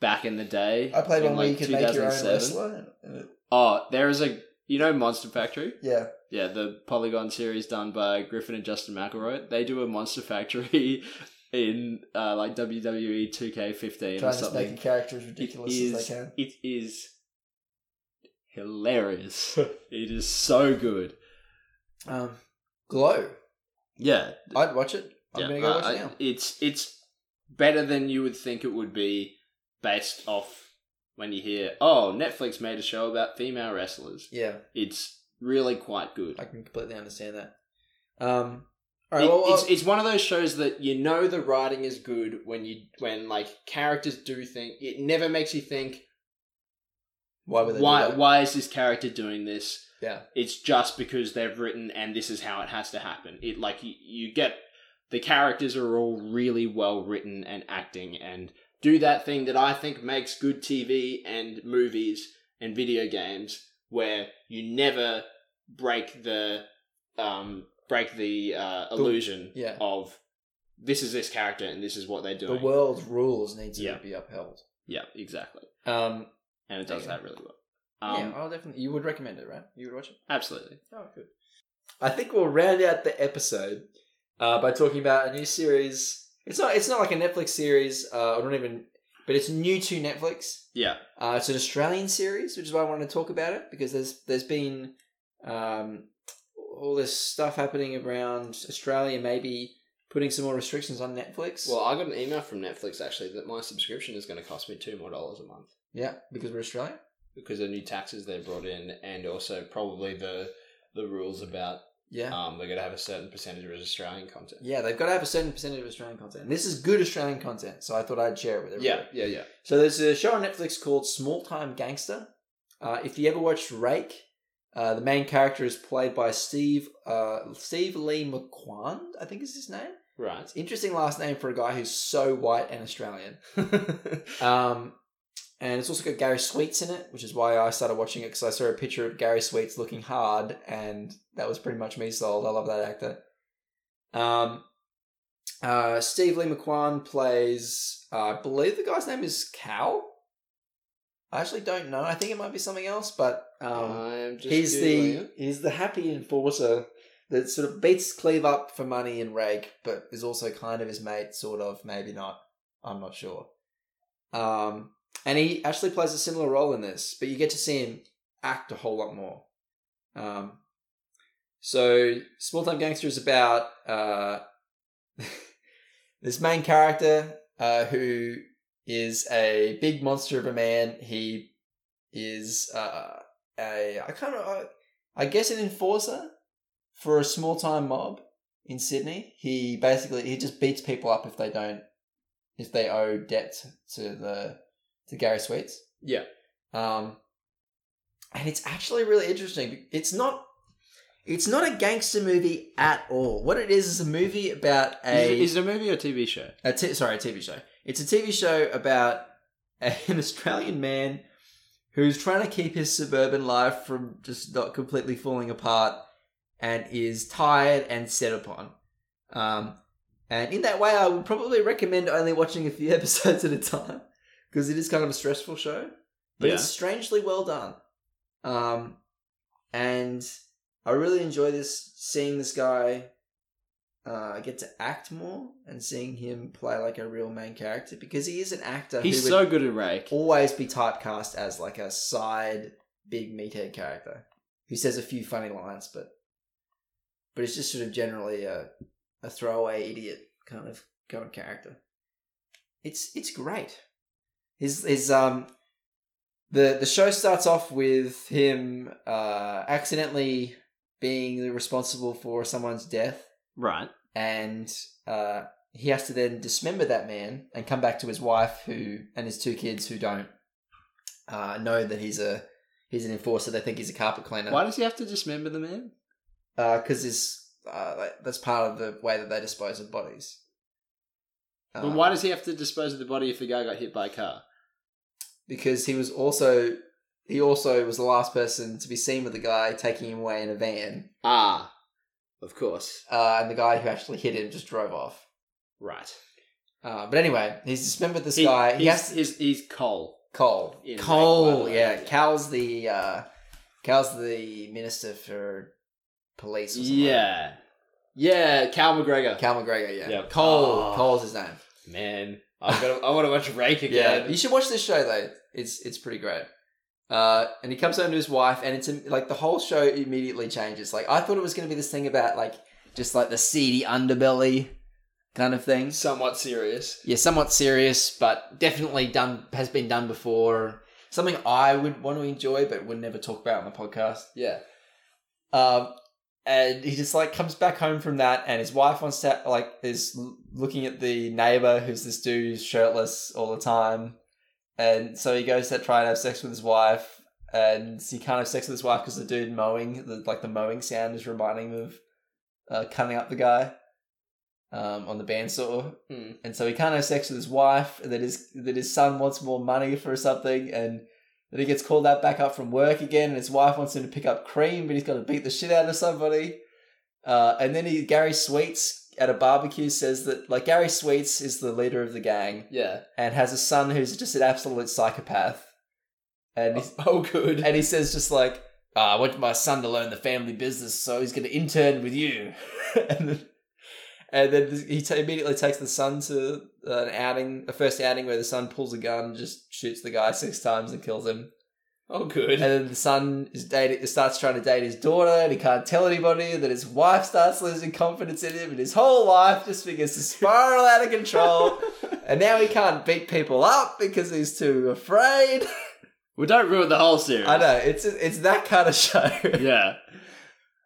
Speaker 2: back in the day.
Speaker 1: I played
Speaker 2: in,
Speaker 1: one where you
Speaker 2: like,
Speaker 1: could make your own
Speaker 2: 2007.
Speaker 1: wrestler. and it-
Speaker 2: Oh, there is a you know Monster Factory.
Speaker 1: Yeah,
Speaker 2: Yeah, the Polygon series done by Griffin and Justin McElroy. They do a Monster Factory <laughs> in uh, like WWE 2K15
Speaker 1: trying
Speaker 2: or
Speaker 1: to make
Speaker 2: something.
Speaker 1: a character as ridiculous
Speaker 2: it is,
Speaker 1: as they can.
Speaker 2: It is
Speaker 1: <laughs>
Speaker 2: hilarious. it is so good.
Speaker 1: Um, Glow.
Speaker 2: Yeah,
Speaker 1: I'd watch it. I'm
Speaker 2: Yeah,
Speaker 1: gonna go
Speaker 2: uh,
Speaker 1: watch
Speaker 2: I-
Speaker 1: it now.
Speaker 2: It's it's better than you would think it would be based off when you hear, oh, Netflix made a show about female wrestlers.
Speaker 1: Yeah.
Speaker 2: It's really quite good.
Speaker 1: I can completely understand that. Um, all right,
Speaker 2: It-
Speaker 1: well, uh,
Speaker 2: it's
Speaker 1: well,
Speaker 2: it's one of those shows that you know the writing is good when you when like characters do think it never makes you think
Speaker 1: why would they
Speaker 2: why
Speaker 1: do that?
Speaker 2: why is this character doing this
Speaker 1: Yeah.
Speaker 2: it's just because they've written and this is how it has to happen it like you, you get the characters are all really well written and acting and do that thing that i think makes good tv and movies and video games where you never break the um break the uh, illusion
Speaker 1: yeah.
Speaker 2: of this is this character and this is what they're doing.
Speaker 1: The world's rules need to
Speaker 2: Yeah.
Speaker 1: be upheld.
Speaker 2: Yeah, exactly.
Speaker 1: Um,
Speaker 2: And it does
Speaker 1: Okay.
Speaker 2: that really well. Um,
Speaker 1: yeah, I'll definitely. You would recommend it, right? You would watch it.
Speaker 2: Absolutely.
Speaker 1: Oh, good. I think we'll round out the episode uh, by talking about a new series. It's not. It's not like a Netflix series. Uh, I don't even. But it's new to Netflix.
Speaker 2: Yeah.
Speaker 1: Uh, it's an Australian series, which is why I wanted to talk about it because there's there's been um, all this stuff happening around Australia, maybe putting some more restrictions on Netflix.
Speaker 2: Well, I got an email from Netflix actually that my subscription is going to cost me two more dollars a month
Speaker 1: yeah, because we're Australian.
Speaker 2: because of new taxes they brought in, and also probably the the rules about
Speaker 1: Yeah,
Speaker 2: um, they're going to have a certain percentage of Australian content.
Speaker 1: yeah, they've got to have a certain percentage of Australian content. And this is good Australian content, so I thought I'd share it with everyone.
Speaker 2: Yeah, yeah, yeah.
Speaker 1: So there's a show on Netflix called Small Time Gangster. Uh, if you ever watched Rake, uh, the main character is played by Steve uh, Steve Lee McQuand, I think is his name.
Speaker 2: Right.
Speaker 1: It's interesting last name for a guy who's so white and Australian. Um, and it's also got Gary Sweets in it, which is why I started watching it because I saw a picture of Gary Sweets looking hard, and that was pretty much me sold. I love that actor. Um, uh, Steve Lee McQuan plays, uh, I believe the guy's name is Cal. I actually don't know. I think it might be something else, but <laughs>
Speaker 2: Uh,
Speaker 1: um,
Speaker 2: I'm just
Speaker 1: he's the
Speaker 2: Googling
Speaker 1: he's the happy enforcer that sort of beats Cleve up for money and rake, but is also kind of his mate, sort of, maybe not. I'm not sure. Um, and he actually plays a similar role in this, but you get to see him act a whole lot more. Um, so Small Time Gangster is about uh, <laughs> this main character uh, who is a big monster of a man. He is uh, a I kind of I, I guess an enforcer for a small time mob in Sydney. He basically he just beats people up if they don't if they owe debt to the to Gary Sweets.
Speaker 2: Yeah.
Speaker 1: Um, and it's actually really interesting. It's not. It's not a gangster movie at all. What it is is a movie about
Speaker 2: you. Is
Speaker 1: a
Speaker 2: it- is it a movie or TV show?
Speaker 1: a t- sorry, a TV show. It's a TV show about <laughs> an Australian man who's trying to keep his suburban life from just not completely falling apart and is tired and set upon. Um, and in that way, I would probably recommend only watching a few <laughs> episodes at a time because it is kind of a stressful show, but it's strangely well done. Um, and I really enjoy this seeing this guy uh, get to act more and seeing him play like a real main character because he is an actor.
Speaker 2: he's
Speaker 1: who would-
Speaker 2: so good at Rake.
Speaker 1: always be typecast as like a side big meathead character who says a few funny lines, but but it's just sort of generally a a throwaway idiot kind of kind of character. It's it's great. His his um the the show starts off with him uh accidentally being responsible for someone's death
Speaker 2: Right.
Speaker 1: and uh, he has to then dismember that man and come back to his wife who and his two kids who don't uh, know that he's a he's an enforcer. They think he's a carpet cleaner
Speaker 2: Why does he have to dismember the man?
Speaker 1: because his uh, like, that's part of the way that they dispose of bodies. Um,
Speaker 2: but
Speaker 1: Uh,
Speaker 2: why does he have to dispose of the body if the guy got hit by a car?
Speaker 1: because he was also he also was the last person to be seen with the guy taking him away in a van,
Speaker 2: Ah, of course.
Speaker 1: uh, and the guy who actually hit him just drove off.
Speaker 2: Right.
Speaker 1: Uh, but anyway, he's dismembered this
Speaker 2: He-
Speaker 1: guy.
Speaker 2: He's,
Speaker 1: He has to,
Speaker 2: he's, he's Cole.
Speaker 1: Cole.
Speaker 2: In Lake
Speaker 1: Cole,
Speaker 2: Wales,
Speaker 1: yeah.
Speaker 2: yeah.
Speaker 1: Cal's the uh Cal's the minister for police or something.
Speaker 2: Yeah. Yeah, Cal McGregor.
Speaker 1: Cal McGregor, yeah.
Speaker 2: Yeah.
Speaker 1: Cole.
Speaker 2: Oh.
Speaker 1: Cole's his name.
Speaker 2: Man, I've got. I want to watch Rake
Speaker 1: Yeah.
Speaker 2: again.
Speaker 1: You should watch this show though. It's it's pretty great. Uh, and he comes home to his wife and it's like the whole show immediately changes. Like I thought it was gonna be this thing about like just like the seedy underbelly kind of thing.
Speaker 2: Somewhat serious.
Speaker 1: yeah, somewhat serious, but definitely done has been done before. Something I would want to enjoy, but would never talk about on the podcast.
Speaker 2: Yeah.
Speaker 1: Um, and he just like comes back home from that, and his wife wants to like is l- looking at the neighbor who's this dude who's shirtless all the time, and so he goes to try and have sex with his wife, and he can't have sex with his wife because the dude mowing, the, like the mowing sound, is reminding him of uh, cutting up the guy. Um, on the bandsaw,
Speaker 2: Hmm.
Speaker 1: and so he can't have sex with his wife. and That his that his son wants more money for something, and that he gets called out back up from work again, and his wife wants him to pick up cream, but he's got to beat the shit out of somebody. Uh, and then he Gary Sweets at a barbecue says that like Gary Sweets is the leader of the gang
Speaker 2: Yeah.
Speaker 1: and has a son who's just an absolute psychopath. And
Speaker 2: <laughs>
Speaker 1: he's-
Speaker 2: Oh, good.
Speaker 1: and he says just like, "Ah, I want my son to learn the family business, so he's going to intern with you. <laughs> and then, and then he ta immediately takes the son to an outing, a first outing where the son pulls a gun, and just shoots the guy six times and kills him.
Speaker 2: oh, good.
Speaker 1: And then the son is dating, starts trying to date his daughter, and he can't tell anybody. And then his wife starts losing confidence in him, and his whole life just begins to spiral out of control. and now he can't beat people up because he's too afraid.
Speaker 2: we don't ruin the whole series.
Speaker 1: I know it's it's that kind of <laughs> show.
Speaker 2: Yeah.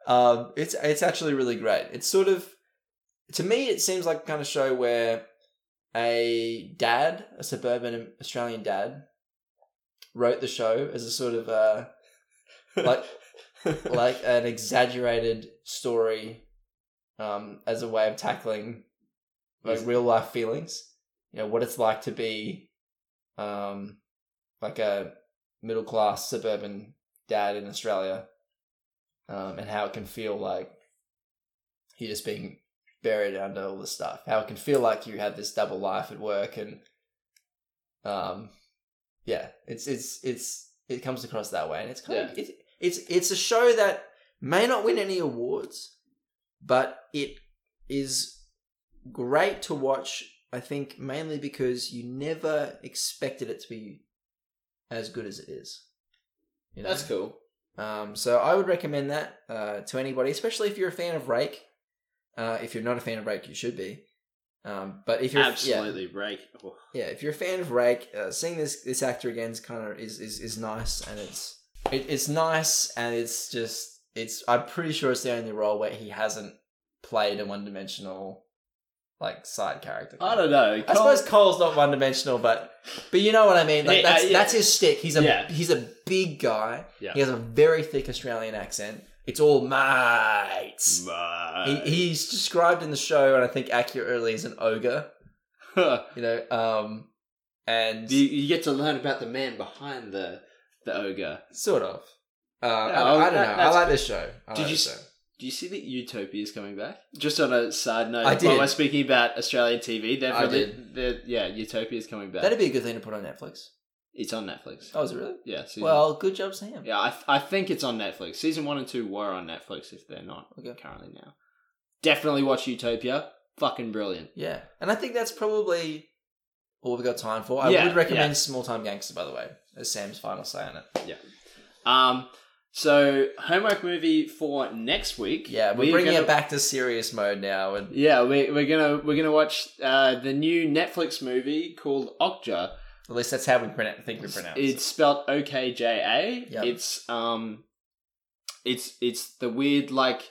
Speaker 1: Um, it's it's actually really great. It's sort of to me, it seems like the kind of show where a dad, a suburban Australian dad, wrote the show as a sort of uh
Speaker 2: <laughs>
Speaker 1: like <laughs> like an exaggerated story um, as a way of tackling like
Speaker 2: Yes.
Speaker 1: real life feelings. You know what it's like to be um, like a middle class suburban dad in Australia, um, and how it can feel like you're just being buried under all this stuff. How it can feel like you have this double life at work, and um, yeah, it's it's it's it comes across that way, and it's kind of it, it's it's a show that may not win any awards, but it is great to watch. I think mainly because you never expected it to be as good as it is. You know?
Speaker 2: That's cool.
Speaker 1: Um, so I would recommend that uh, to anybody, especially if you're a fan of Rake. Uh, if you're not a fan of Rake, you should be. Um, but if you're yeah,
Speaker 2: Absolutely break. Oh.
Speaker 1: yeah, if you're a fan of Rake, uh, seeing this this actor again is kind of is, is is nice, and it's it, it's nice, and it's just it's I'm pretty sure it's the only role where he hasn't played a one dimensional like side character.
Speaker 2: I don't know.
Speaker 1: I suppose Cole's not one dimensional, but but you know what I mean. Like
Speaker 2: Yeah,
Speaker 1: that's
Speaker 2: uh, yeah.
Speaker 1: that's his stick. He's a
Speaker 2: Yeah.
Speaker 1: he's a big guy.
Speaker 2: Yeah.
Speaker 1: He has a very thick Australian accent. It's all mates. He,
Speaker 2: Mate.
Speaker 1: he's described in the show, and I think accurately as an ogre. You know, um, and
Speaker 2: <laughs> you, you get to learn about the man behind the the ogre.
Speaker 1: sort of. Uh,
Speaker 2: Yeah,
Speaker 1: I, I don't
Speaker 2: that-
Speaker 1: know. I
Speaker 2: that's
Speaker 1: like this show. I
Speaker 2: Did
Speaker 1: like
Speaker 2: you
Speaker 1: this
Speaker 2: s-
Speaker 1: show.
Speaker 2: Do you see that Utopia is coming back? Just on a side note,
Speaker 1: I did.
Speaker 2: while we're speaking about Australian TV, they've
Speaker 1: I
Speaker 2: really- they're- yeah, Utopia is coming back.
Speaker 1: That'd be a good thing to put on Netflix.
Speaker 2: it's on Netflix.
Speaker 1: Oh, is it really?
Speaker 2: Yeah, season,
Speaker 1: Well, good job, Sam.
Speaker 2: yeah, I, th- I think it's on Netflix. Season one and two were on Netflix if they're not
Speaker 1: Okay.
Speaker 2: currently now. Definitely watch Utopia. Fucking brilliant.
Speaker 1: Yeah, and I think that's probably all we've got time for. I
Speaker 2: Yeah,
Speaker 1: would recommend Small Time Gangster, by the way, as Sam's final say on it.
Speaker 2: Um, so homework movie for next week.
Speaker 1: Yeah, we're
Speaker 2: We're
Speaker 1: bringing
Speaker 2: gonna-
Speaker 1: it back to serious mode now. And
Speaker 2: Yeah, we, we're gonna we're gonna watch uh, the new Netflix movie called Okja.
Speaker 1: at least that's how we pronounce, think we pronounce
Speaker 2: It's spelled O K J A.
Speaker 1: Yep.
Speaker 2: It's um, it's it's the weird like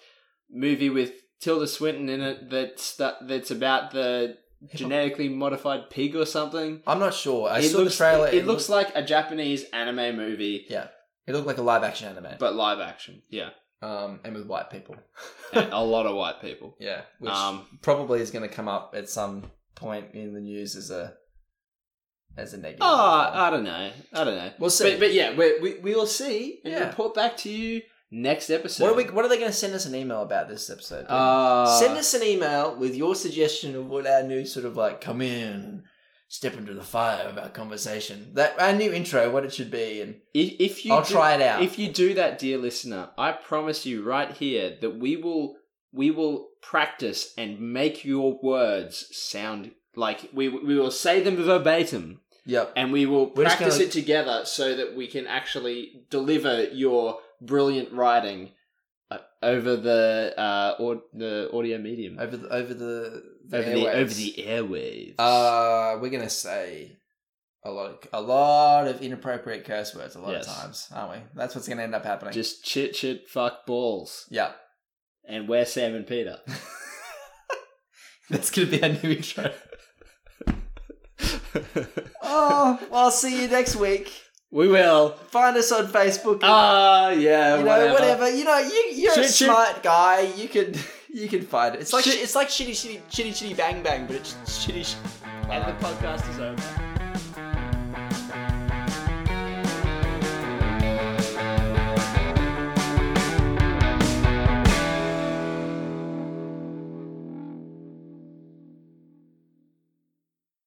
Speaker 2: movie with Tilda Swinton in it that's that, that's about the
Speaker 1: it.
Speaker 2: genetically modified pig or something.
Speaker 1: I'm not sure. I
Speaker 2: it
Speaker 1: saw
Speaker 2: looks
Speaker 1: the trailer.
Speaker 2: It, looks like a Japanese anime movie,
Speaker 1: yeah, it looked like a live action anime,
Speaker 2: but live action. Yeah,
Speaker 1: um, and with white people.
Speaker 2: and a lot of white people.
Speaker 1: yeah, which
Speaker 2: um,
Speaker 1: probably is going to come up at some point in the news as a as a negative.
Speaker 2: oh, I don't know. I don't know.
Speaker 1: we'll see.
Speaker 2: But, but yeah, we, we, we will see and
Speaker 1: Yeah.
Speaker 2: report back to you next episode.
Speaker 1: what are we? What are they going to send us an email about this episode?
Speaker 2: Uh,
Speaker 1: Send us an email with your suggestion of what our new sort of like come in, step into the fire of our conversation. That our new intro, what it should be, and
Speaker 2: if, if you
Speaker 1: I'll
Speaker 2: do,
Speaker 1: try it out.
Speaker 2: If you do that, dear listener, I promise you right here that we will we will practice and make your words sound like we we will say them verbatim,
Speaker 1: yep.
Speaker 2: and we will
Speaker 1: We're just
Speaker 2: practice
Speaker 1: gonna-
Speaker 2: it together so that we can actually deliver your brilliant writing uh, over the uh or the audio medium
Speaker 1: Over the over the, the
Speaker 2: over the over
Speaker 1: airwaves.
Speaker 2: the airwaves.
Speaker 1: Uh, we're gonna say a lot, of, a lot of inappropriate curse words a lot
Speaker 2: Yes.
Speaker 1: of times, aren't we? That's what's gonna end up happening.
Speaker 2: Just chit chit fuck balls. <laughs>
Speaker 1: yeah,
Speaker 2: And we're Sam and Peter.
Speaker 1: <laughs> that's gonna be our new intro. oh, well, I'll see you next week.
Speaker 2: we will.
Speaker 1: Find us on Facebook.
Speaker 2: Ah, yeah,
Speaker 1: you know,
Speaker 2: whatever.
Speaker 1: whatever. You know, you, you're a
Speaker 2: Shit, shit.
Speaker 1: smart guy. You can, <laughs> you can find it. It's like
Speaker 2: Shit.
Speaker 1: it's like shitty, shitty, shitty, shitty, bang, bang, but it's shitty. shitty.
Speaker 2: And the podcast is over.